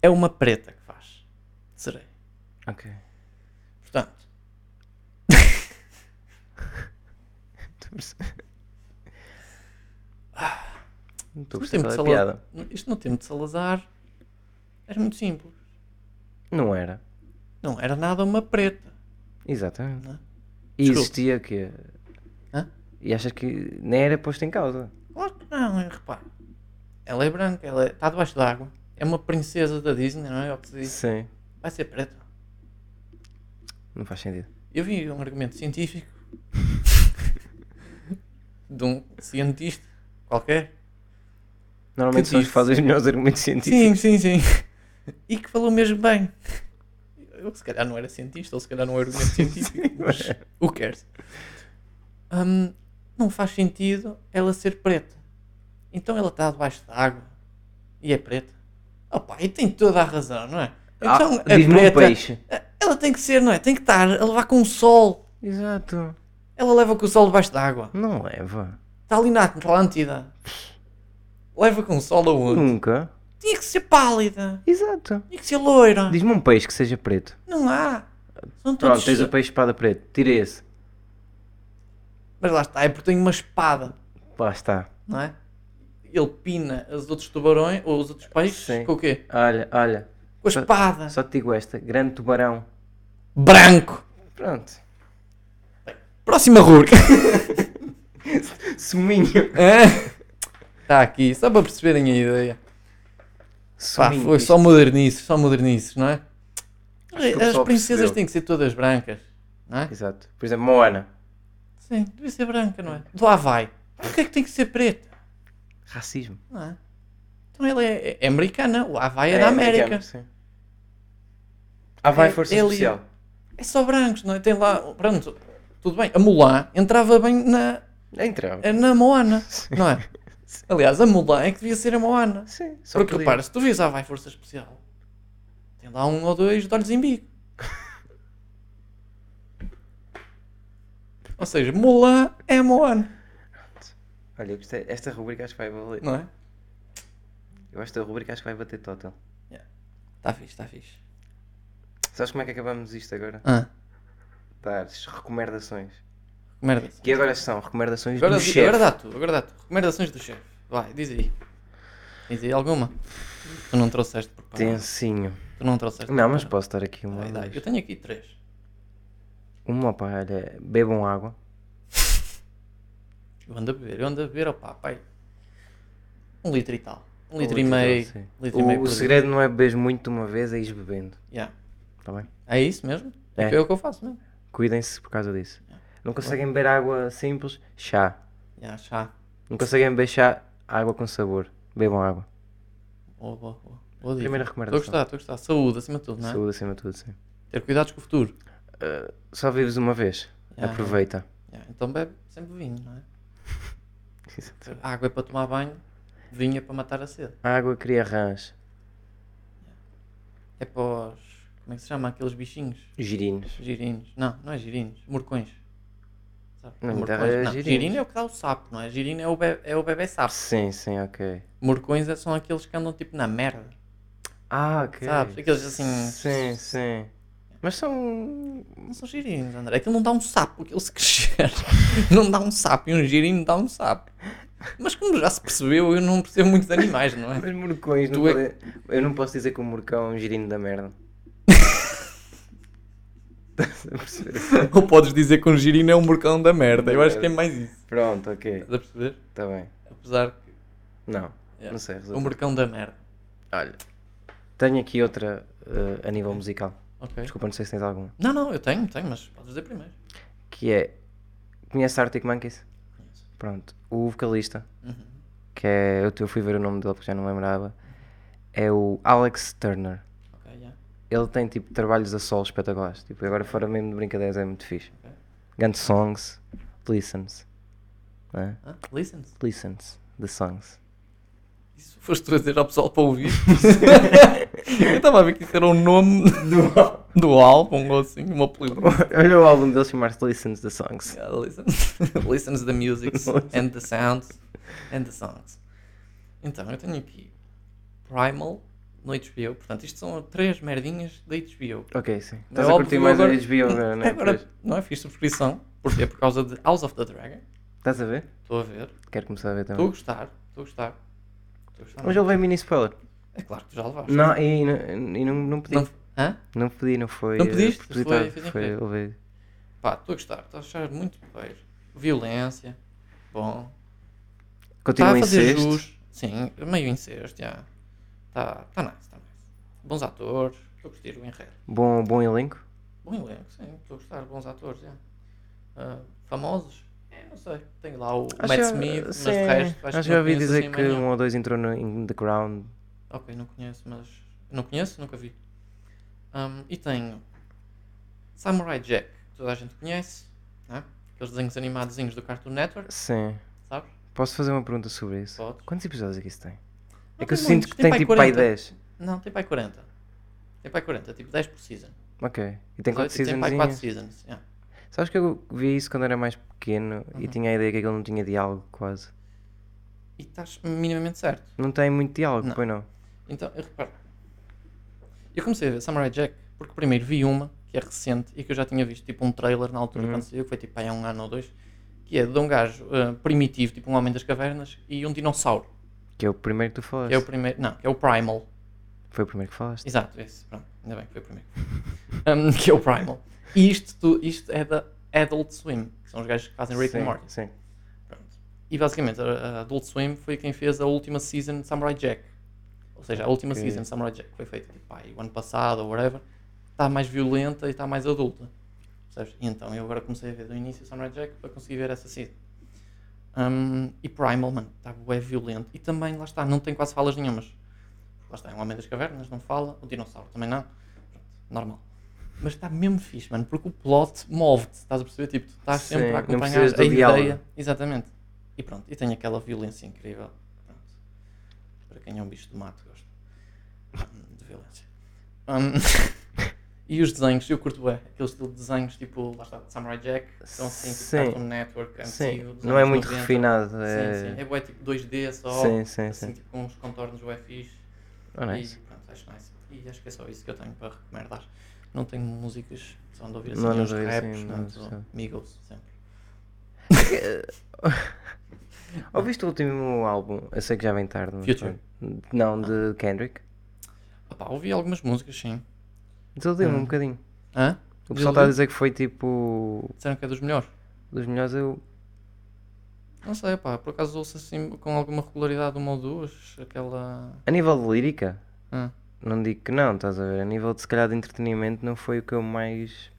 É uma preta que faz. Sereia. Ok. Portanto, Estou a perceber. Não estou a no perceber tempo de qual é a Salazar, piada. isto no tempo de Salazar era muito simples. Não era. Não era nada uma preta. Exatamente. Não. E Desculpa. existia o quê? Hã? E achas que nem era posto em causa? Claro que não, é, repara. Ela é branca, ela está debaixo d'água. É uma princesa da Disney, não é? O que se diz. Sim. Vai ser preta. Não faz sentido. Eu vi um argumento científico de um cientista qualquer. Normalmente Que são os que disse- fazem os melhores argumentos Sim, científicos. sim, sim. Tipo, E que falou mesmo bem. Eu se calhar não era cientista, ou se calhar não era argumento científico, mas é. who cares? Hum, não faz sentido ela ser preta. Então ela está debaixo da água e é preta. Opa, e tem toda a razão, não é? Ah, Então a Diz-me um preta, peixe. ela tem que ser, não é? Tem que estar a levar com o sol. Exato. Ela leva com o sol debaixo da água. Não leva. Está ali na Atlântida. Leva com sol a outro. Nunca. Tinha que ser pálida. Exato. Tinha que ser loira. Diz-me um peixe que seja preto. Não há. São todos. Pronto, tens o peixe espada preto. Tira esse. Mas lá está, é porque tem uma espada, Lá está. não é? Ele pina os outros tubarões, ou os outros peixes, Sim. com o quê? Olha, olha. Com a espada. Só te digo esta. Grande tubarão. Branco. Pronto. Próxima rubrica. Suminho. Está Tá aqui, só para perceberem a ideia. Pá, Suminho. foi só um- modernices, só modernices, não é? que o As pessoal princesas percebeu. têm que ser todas brancas, não é? Exato. Por exemplo, Moana. Sim, devia ser branca, não é? De lá vai. Porquê é que tem que ser preta? Racismo. Não é? Então ela é, é americana, o Havaí é, da América. americano, sim. Ah, vai, É- Força é ali. Especial. É só brancos, não é? Tem lá, pronto, tudo bem. A Mulan entrava bem na, Entra. na Moana, não é? Aliás, a Mulan é que devia ser a Moana. Sim. Só Porque podia. repara, se tu vês a Vai Força Especial, tem lá um ou dois de olhos em bico. ou seja, Mulan é a Moana, Olha, eu gostei. Esta rubrica acho que vai valer. não é? Eu acho que esta rubrica acho que vai bater total. Está Tá fixe, está fixe. Sabes como é que acabamos isto agora? Ah, Dar as recomendações. que merda. Que agora são recomendações Agora, do di- chefe. agora dá tu, agora dá tu. Recomendações do chefe. Vai, diz aí. Diz aí alguma. Tu não trouxeste por Tensinho. Tu não trouxeste Não, mas preparado. posso dar aqui uma. Ai, dai, mas- Eu tenho aqui três. Uma pá, olha, bebam água. Eu ando a beber, eu ando a beber, opá, pai. Um litro e tal. Um, Um litro, e litro e meio. um tal, sim. litro e meio O, o por dia. segredo não é beber muito de uma vez, é ir bebendo. Yeah. Tá bem? É isso mesmo? É. É. é o que eu faço mesmo. Cuidem-se por causa disso. Tá Não conseguem beber água simples? Chá. Yeah, chá. Não conseguem beber chá? Água com sabor. Bebam água. Boa, boa, boa. Boa dica. Estou Primeira a recomendação. gostar, estou a gostar. Saúde, acima de tudo, não é? Saúde acima de tudo, sim. Ter cuidados com o futuro. Só vives uma vez. Ah. É, Aproveita. Yeah, Então bebe sempre vinho, não é? Água é para tomar banho, vinho é para matar a sede. A água cria rãs. É para os. Como é que se chama? Aqueles bichinhos. Girinos. Girinhos. Não, não é girinhos. Morcões. Sabe? Não, Morcões. então é girinhos. Girino é o que dá o sapo, não é? Girino é o, be é o bebê sapo. Ah, Sim, sim, ok. Morcões é- são aqueles que andam tipo na merda. Ah, ok. Sabes? Aqueles assim- Sim, sim. Mas são. Não são girinhos, André. Aquilo não dá um sapo, aquilo se crescer. não dá um sapo. E um girinho dá um sapo. Mas como já se percebeu, eu não percebo muito de animais, não é? Mas morcões, não Tu é- pode- eu não posso dizer que o morcão é um girino da merda. Estás a perceber? Ou podes dizer que um girino é um morcão da merda. Eu acho que é mais isso. Pronto, ok. Estás a perceber? Está bem. Apesar que. Não, é, não sei. Um Resulta. morcão da merda. Olha, tenho aqui outra eh, a nível musical. Ok. Desculpa, não sei se tens alguma. Não, não, eu tenho, tenho, mas podes dizer primeiro. Que é. Conhece Arctic Monkeys? Conheço. Pronto. O vocalista, Uhum. que é. Eu, eu fui ver o nome dele porque já não lembrava. É o Alex Turner. Ok, já. Ele tem tipo trabalhos a solo espetaculares. Tipo, agora fora mesmo de brincadeiras é muito fixe. Ok. Gant songs, listens. Não é? Ah, listen. Listens, the songs. Isso foste tu a dizer ao pessoal para ouvir. eu estava a ver que isso era o nome do, do álbum ou assim, um apelido. Olha o álbum dele chamar-se Listens, the songs. Yeah, Uh, listen. Listens to the music and the sounds and the songs. Então, eu tenho aqui Primal no HBO. Portanto, isto são três merdinhas da HBO. Ok, sim. Não é Estás a curtir óbvio mais a agora- HBO agora, não é? Agora, não é fiz subscrição. Porquê? é Por causa de House of the Dragon. Estás a ver? Estou a ver. Quero começar a ver Estou a também. gostar. Estou a gostar. Estou a gostar. Mas muito. ele veio mini spoiler. É claro que tu já levaste. Não, e, não- e não, não pedi. Não- Não, Hã? pedi, não foi. Não eh, pediste? propositado, Foi- foi sem foi querer. ele veio. Pá, estou a gostar. Estou a achar muito porreiro. Violência. Bom. Está Continua Tá a em fazer sexto. jus. Sim, meio incesto, já. Está tá nice, está nice. Bons atores, estou a gostar o enredo. Bom, bom elenco. Bom elenco, sim, estou a gostar, bons atores, já. Ah, famosos? É, não sei. Tem lá o Matt que- Smith, mas sim, de resto, acho acho que que já não ouvi conheço dizer assim que mais nenhum. um ou dois entrou no in The Ground. Ok, não conheço, mas. Não conheço, nunca vi. Ahm, e tenho Samurai Jack, que toda a gente conhece, né? Aqueles desenhos animadozinhos do Cartoon Network, Sim. sabes? Posso fazer uma pergunta sobre isso? Podes. Quantos episódios é que isso tem? Não é que eu tem sinto muitos, que tem tem, pai tipo pai 40. 10. Não, tem pai 40. Tem pai 40, tipo 10 por season. Ok. E tem Mas 4 eu- Tem pai 4 seasonzinhas. seasons. yeah. Sabes que eu vi isso quando era mais pequeno Uhum. e tinha a ideia que aquilo não tinha diálogo quase. E estás minimamente certo. Não tem muito diálogo, Não. pois não? Então, eu reparo. Eu comecei a ver Samurai Jack porque primeiro vi uma que é recente e que eu já tinha visto tipo um trailer na altura Uhum. quando saiu, que foi tipo aí há um ano ou dois, que é de um gajo ah, primitivo, tipo um homem das cavernas e um dinossauro. Que é o primeiro que tu falaste. Que é o primeiro. Não, que é o Primal. Foi o primeiro que falaste. Exato, esse. Pronto, ainda bem que foi o primeiro. Ahm, que é o Primal. E isto, tu- isto é da Adult Swim, que são os gajos que fazem Rick sim, and Morty. Sim. Pronto. E basicamente a a Adult Swim foi quem fez a última season de Samurai Jack. Ou seja, a última Ok. season de Samurai Jack foi feita tipo, pá, o ano passado ou whatever. Está mais violenta e está mais adulta. Percebes? E então eu agora comecei a ver do início Samurai Jack para conseguir ver essa season. Hum, e Primal, mano, está é violento. E também, lá está, não tem quase falas nenhumas. Lá está, é um homem das cavernas, não fala. O dinossauro também não. Pronto, normal. Mas está mesmo fixe, mano, porque o plot move-te. Estás a perceber? Tipo, tu estás Sim, sempre a não acompanhar a precisas do ideia. diálogo. Exatamente. E pronto, e tem aquela violência incrível. Pronto. Para quem é um bicho de mato, gosto hum, de violência. Hum, e os desenhos, eu curto bem. Aquele estilo de desenhos tipo, lá está, Samurai Jack. São assim, tipo Sim. Cartoon Network, Sim. antigo. dos Não é anos muito 90. refinado. É... Sim, sim. É bué tipo 2D só. Sim, sim, assim, sim. tipo com uns contornos bué fixe. Oh, nice. E pronto, acho nice. E acho que é só isso que eu tenho para recomendar. Não tenho músicas, são de ouvir assim, Não andas uns a ouvir assim, raps, não, não, sim. amigos, sempre. Ouviste o último álbum? Eu sei que já vem tarde. mas Future. Ah. pronto. Não, de Kendrick. Opá, ouvi algumas músicas, sim. Desiludiu-me Ah. um bocadinho. Hã? O pessoal está a dizer que foi tipo Disseram que é dos melhores. dos melhores. Eu Não sei, pá, por acaso ouço assim com alguma regularidade uma ou duas, aquela... A nível de lírica, Hum. não digo que não, estás a ver? A nível de se calhar de entretenimento, não foi o que eu mais.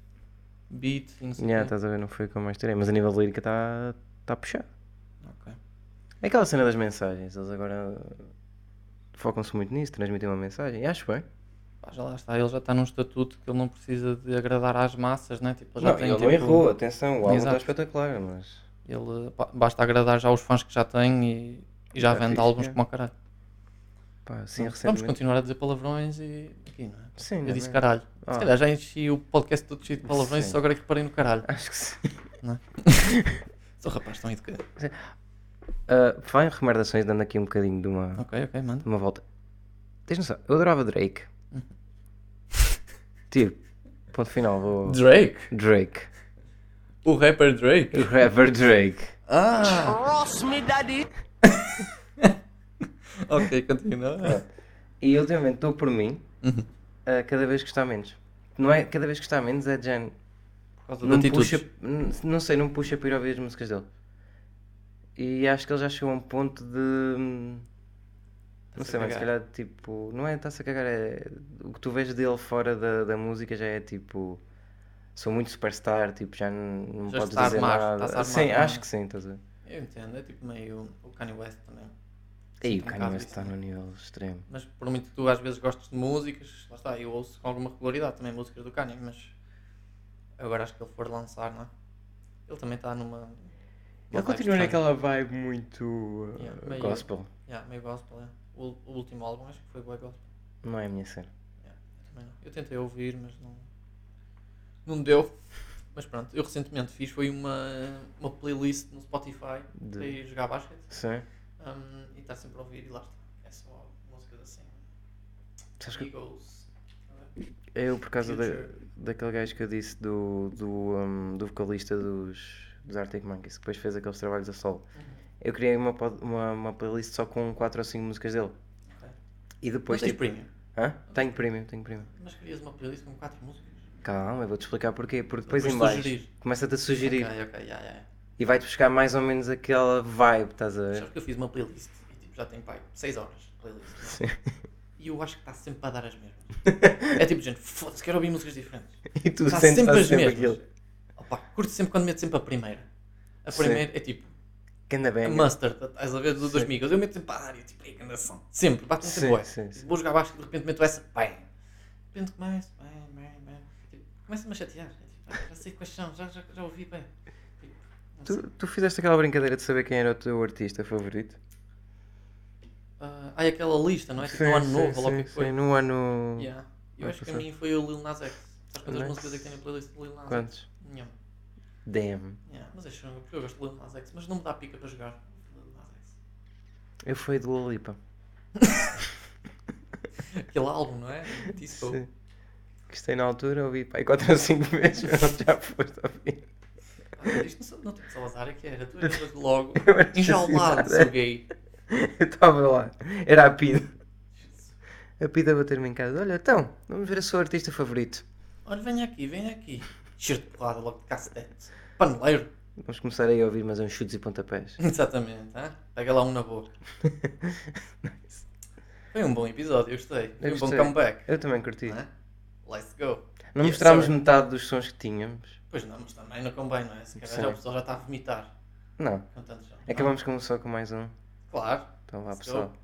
beat e não sei o Yeah, quê. estás a ver? Não foi o que eu mais tirei, mas a nível de lírica está tá puxado. Ok. É aquela cena das mensagens, eles agora focam-se muito nisso, transmitem uma mensagem, e acho bem. Pá, já lá está, ele já está num estatuto que ele não precisa de agradar às massas, né? Tipo, ele já tem, tipo, atenção, álbum tá Exato. espetacular, mas. Ele pá, basta agradar já os fãs que já tem e, e já Já vende fixe, alguns é. como a caralho. Pá, sim, Vamos recentemente. continuar a dizer palavrões e. Aqui, não é? Sim, não Eu disse é? caralho. Ah. Se calhar já enchi o podcast todo cheio de palavrões Sim. Ah. e só agora é que parei no caralho. Acho que sim. Sou rapaz tão educado. Ah, vai em remerdações, dando aqui um bocadinho de uma, Ok, ok, manda. de uma volta. Tens noção, eu adorava Drake. tipo, ponto final, vou. Drake? Drake. O rapper Drake? Rapper Drake. Ah! ok, continua. E ultimamente dou por mim Uhum. a cada vez gostar menos. Não é cada vez gostar menos, é de género. Por causa da Não atitude. puxa, n- não sei, não puxa para ir ouvir as músicas dele. E acho que ele já chegou a um ponto de. hum, Não Tá-se sei, a mas se cagar. calhar tipo. Não é está-se a cagar, é. O que tu vês dele fora da, da música já é tipo. Sou muito superstar, tipo, já não, não Já podes está dizer armado, está-se nada. armado, Sim, não é? acho que sim, estás a ver? Eu entendo, é tipo meio o Kanye West também. Ei, o Sinto um Kanye bocado West isso, está né? num nível extremo. Mas por muito que tu às vezes gostes de músicas, lá está, eu ouço com alguma regularidade também músicas do Kanye, mas agora acho que ele for lançar, não é? Ele também está numa. numa Ele vibe continua estranha. naquela vibe muito. uh, Yeah, tá meio- gospel. Yeah, meio gospel, é. O, o último álbum acho que foi bué gospel. Não é a minha cena. Eu também não. Eu tentei ouvir, mas não. Não deu. Mas pronto, eu recentemente fiz foi uma, uma playlist no Spotify De- para ir jogar basquete Sim. hum, e estar sempre a ouvir e lá está. É só músicas assim. Sabes que Eagles. eu, por causa da, Future. daquele gajo que eu disse do, do, hum, do vocalista dos, dos Arctic Monkeys, que depois fez aqueles trabalhos a solo, Uhum. eu criei uma, pod- uma, uma playlist só com 4 ou 5 músicas dele. Ok. E Depois depois. tens tipo- premium. Hã? Tenho premium, tenho premium. Mas querias uma playlist com 4 músicas? Calma, eu vou-te explicar porquê. Porque depois, Depois em baixo sugerir. começa-te a sugerir Ok, ok, já, já. já. e vai-te buscar mais ou menos aquela vibe, estás a ver? Sabes que eu fiz uma playlist e tipo, já tem pai 6 horas de playlist. não é? E eu acho que está sempre a dar as mesmas. é tipo, gente, foda-se, quero ouvir músicas diferentes. E tu Está sentes sempre sempre, as sempre mesmas. aquilo. Opa, curto sempre quando meto sempre a primeira. A Sim. É primeira é tipo, Que anda bem. a mustard, estás a ver dos dois migos. Eu meto sempre a dar e tipo, é que andação. Sempre, bate-me Sim, sempre bué. sim, sim. Vou jogar baixo e de repente meto essa, bem. De repente começo, bem, bem, bem. Tipo, Começa-me a chatear. É tipo, ah, já sei quais são, já, já, já ouvi bem. Tipo, não sei. Tu, tu fizeste aquela brincadeira de saber quem era o teu artista favorito? Ah, há aquela lista, não é? Tipo, no ano novo, ou logo o que foi. sim, no ano. Yeah. Eu Vai acho que a passar. mim foi o Lil Nas X. Sabes quantas Nas- músicas é que tem na playlist do Lil Nas X? Quantos? Nenhuma. Damn. Yeah, Mas é chunga, porque eu gosto de Lil Nas X, mas não me dá pica para jogar Lil Nas X. Eu fui do Olipa. Aquele álbum, não é? Disco. Sim. Gostei na altura, ouvi pá, 4 ou 5 vezes, mas já foste a ouvir. Ah, isto não, sou- não tem que azar, é que era. Tu eras logo Eu era enjaulado, chacinado, é. sou gay. Eu estava lá, era a PID. A PID a bater-me em casa. Olha, então, vamos ver a sua artista favorito. Olha, venha aqui, venha aqui. Cheiro de porrada logo de cacetete. Paneleiro. Vamos começar aí a ouvir mais uns chutes e pontapés. Exatamente, hã? pega lá um na boca. Foi um bom episódio, eu gostei. Foi Eu um gostei. bom comeback. Eu também curti. Hã? Let's go. Não Yes, mostrámos sir. metade dos sons que tínhamos. Pois não, mas também não convém, não é? Se calhar Sim. É já o pessoal já está a vomitar. Não. Com tanto já. Acabamos com só com mais um. Claro. Então vá, Let's go. pessoal.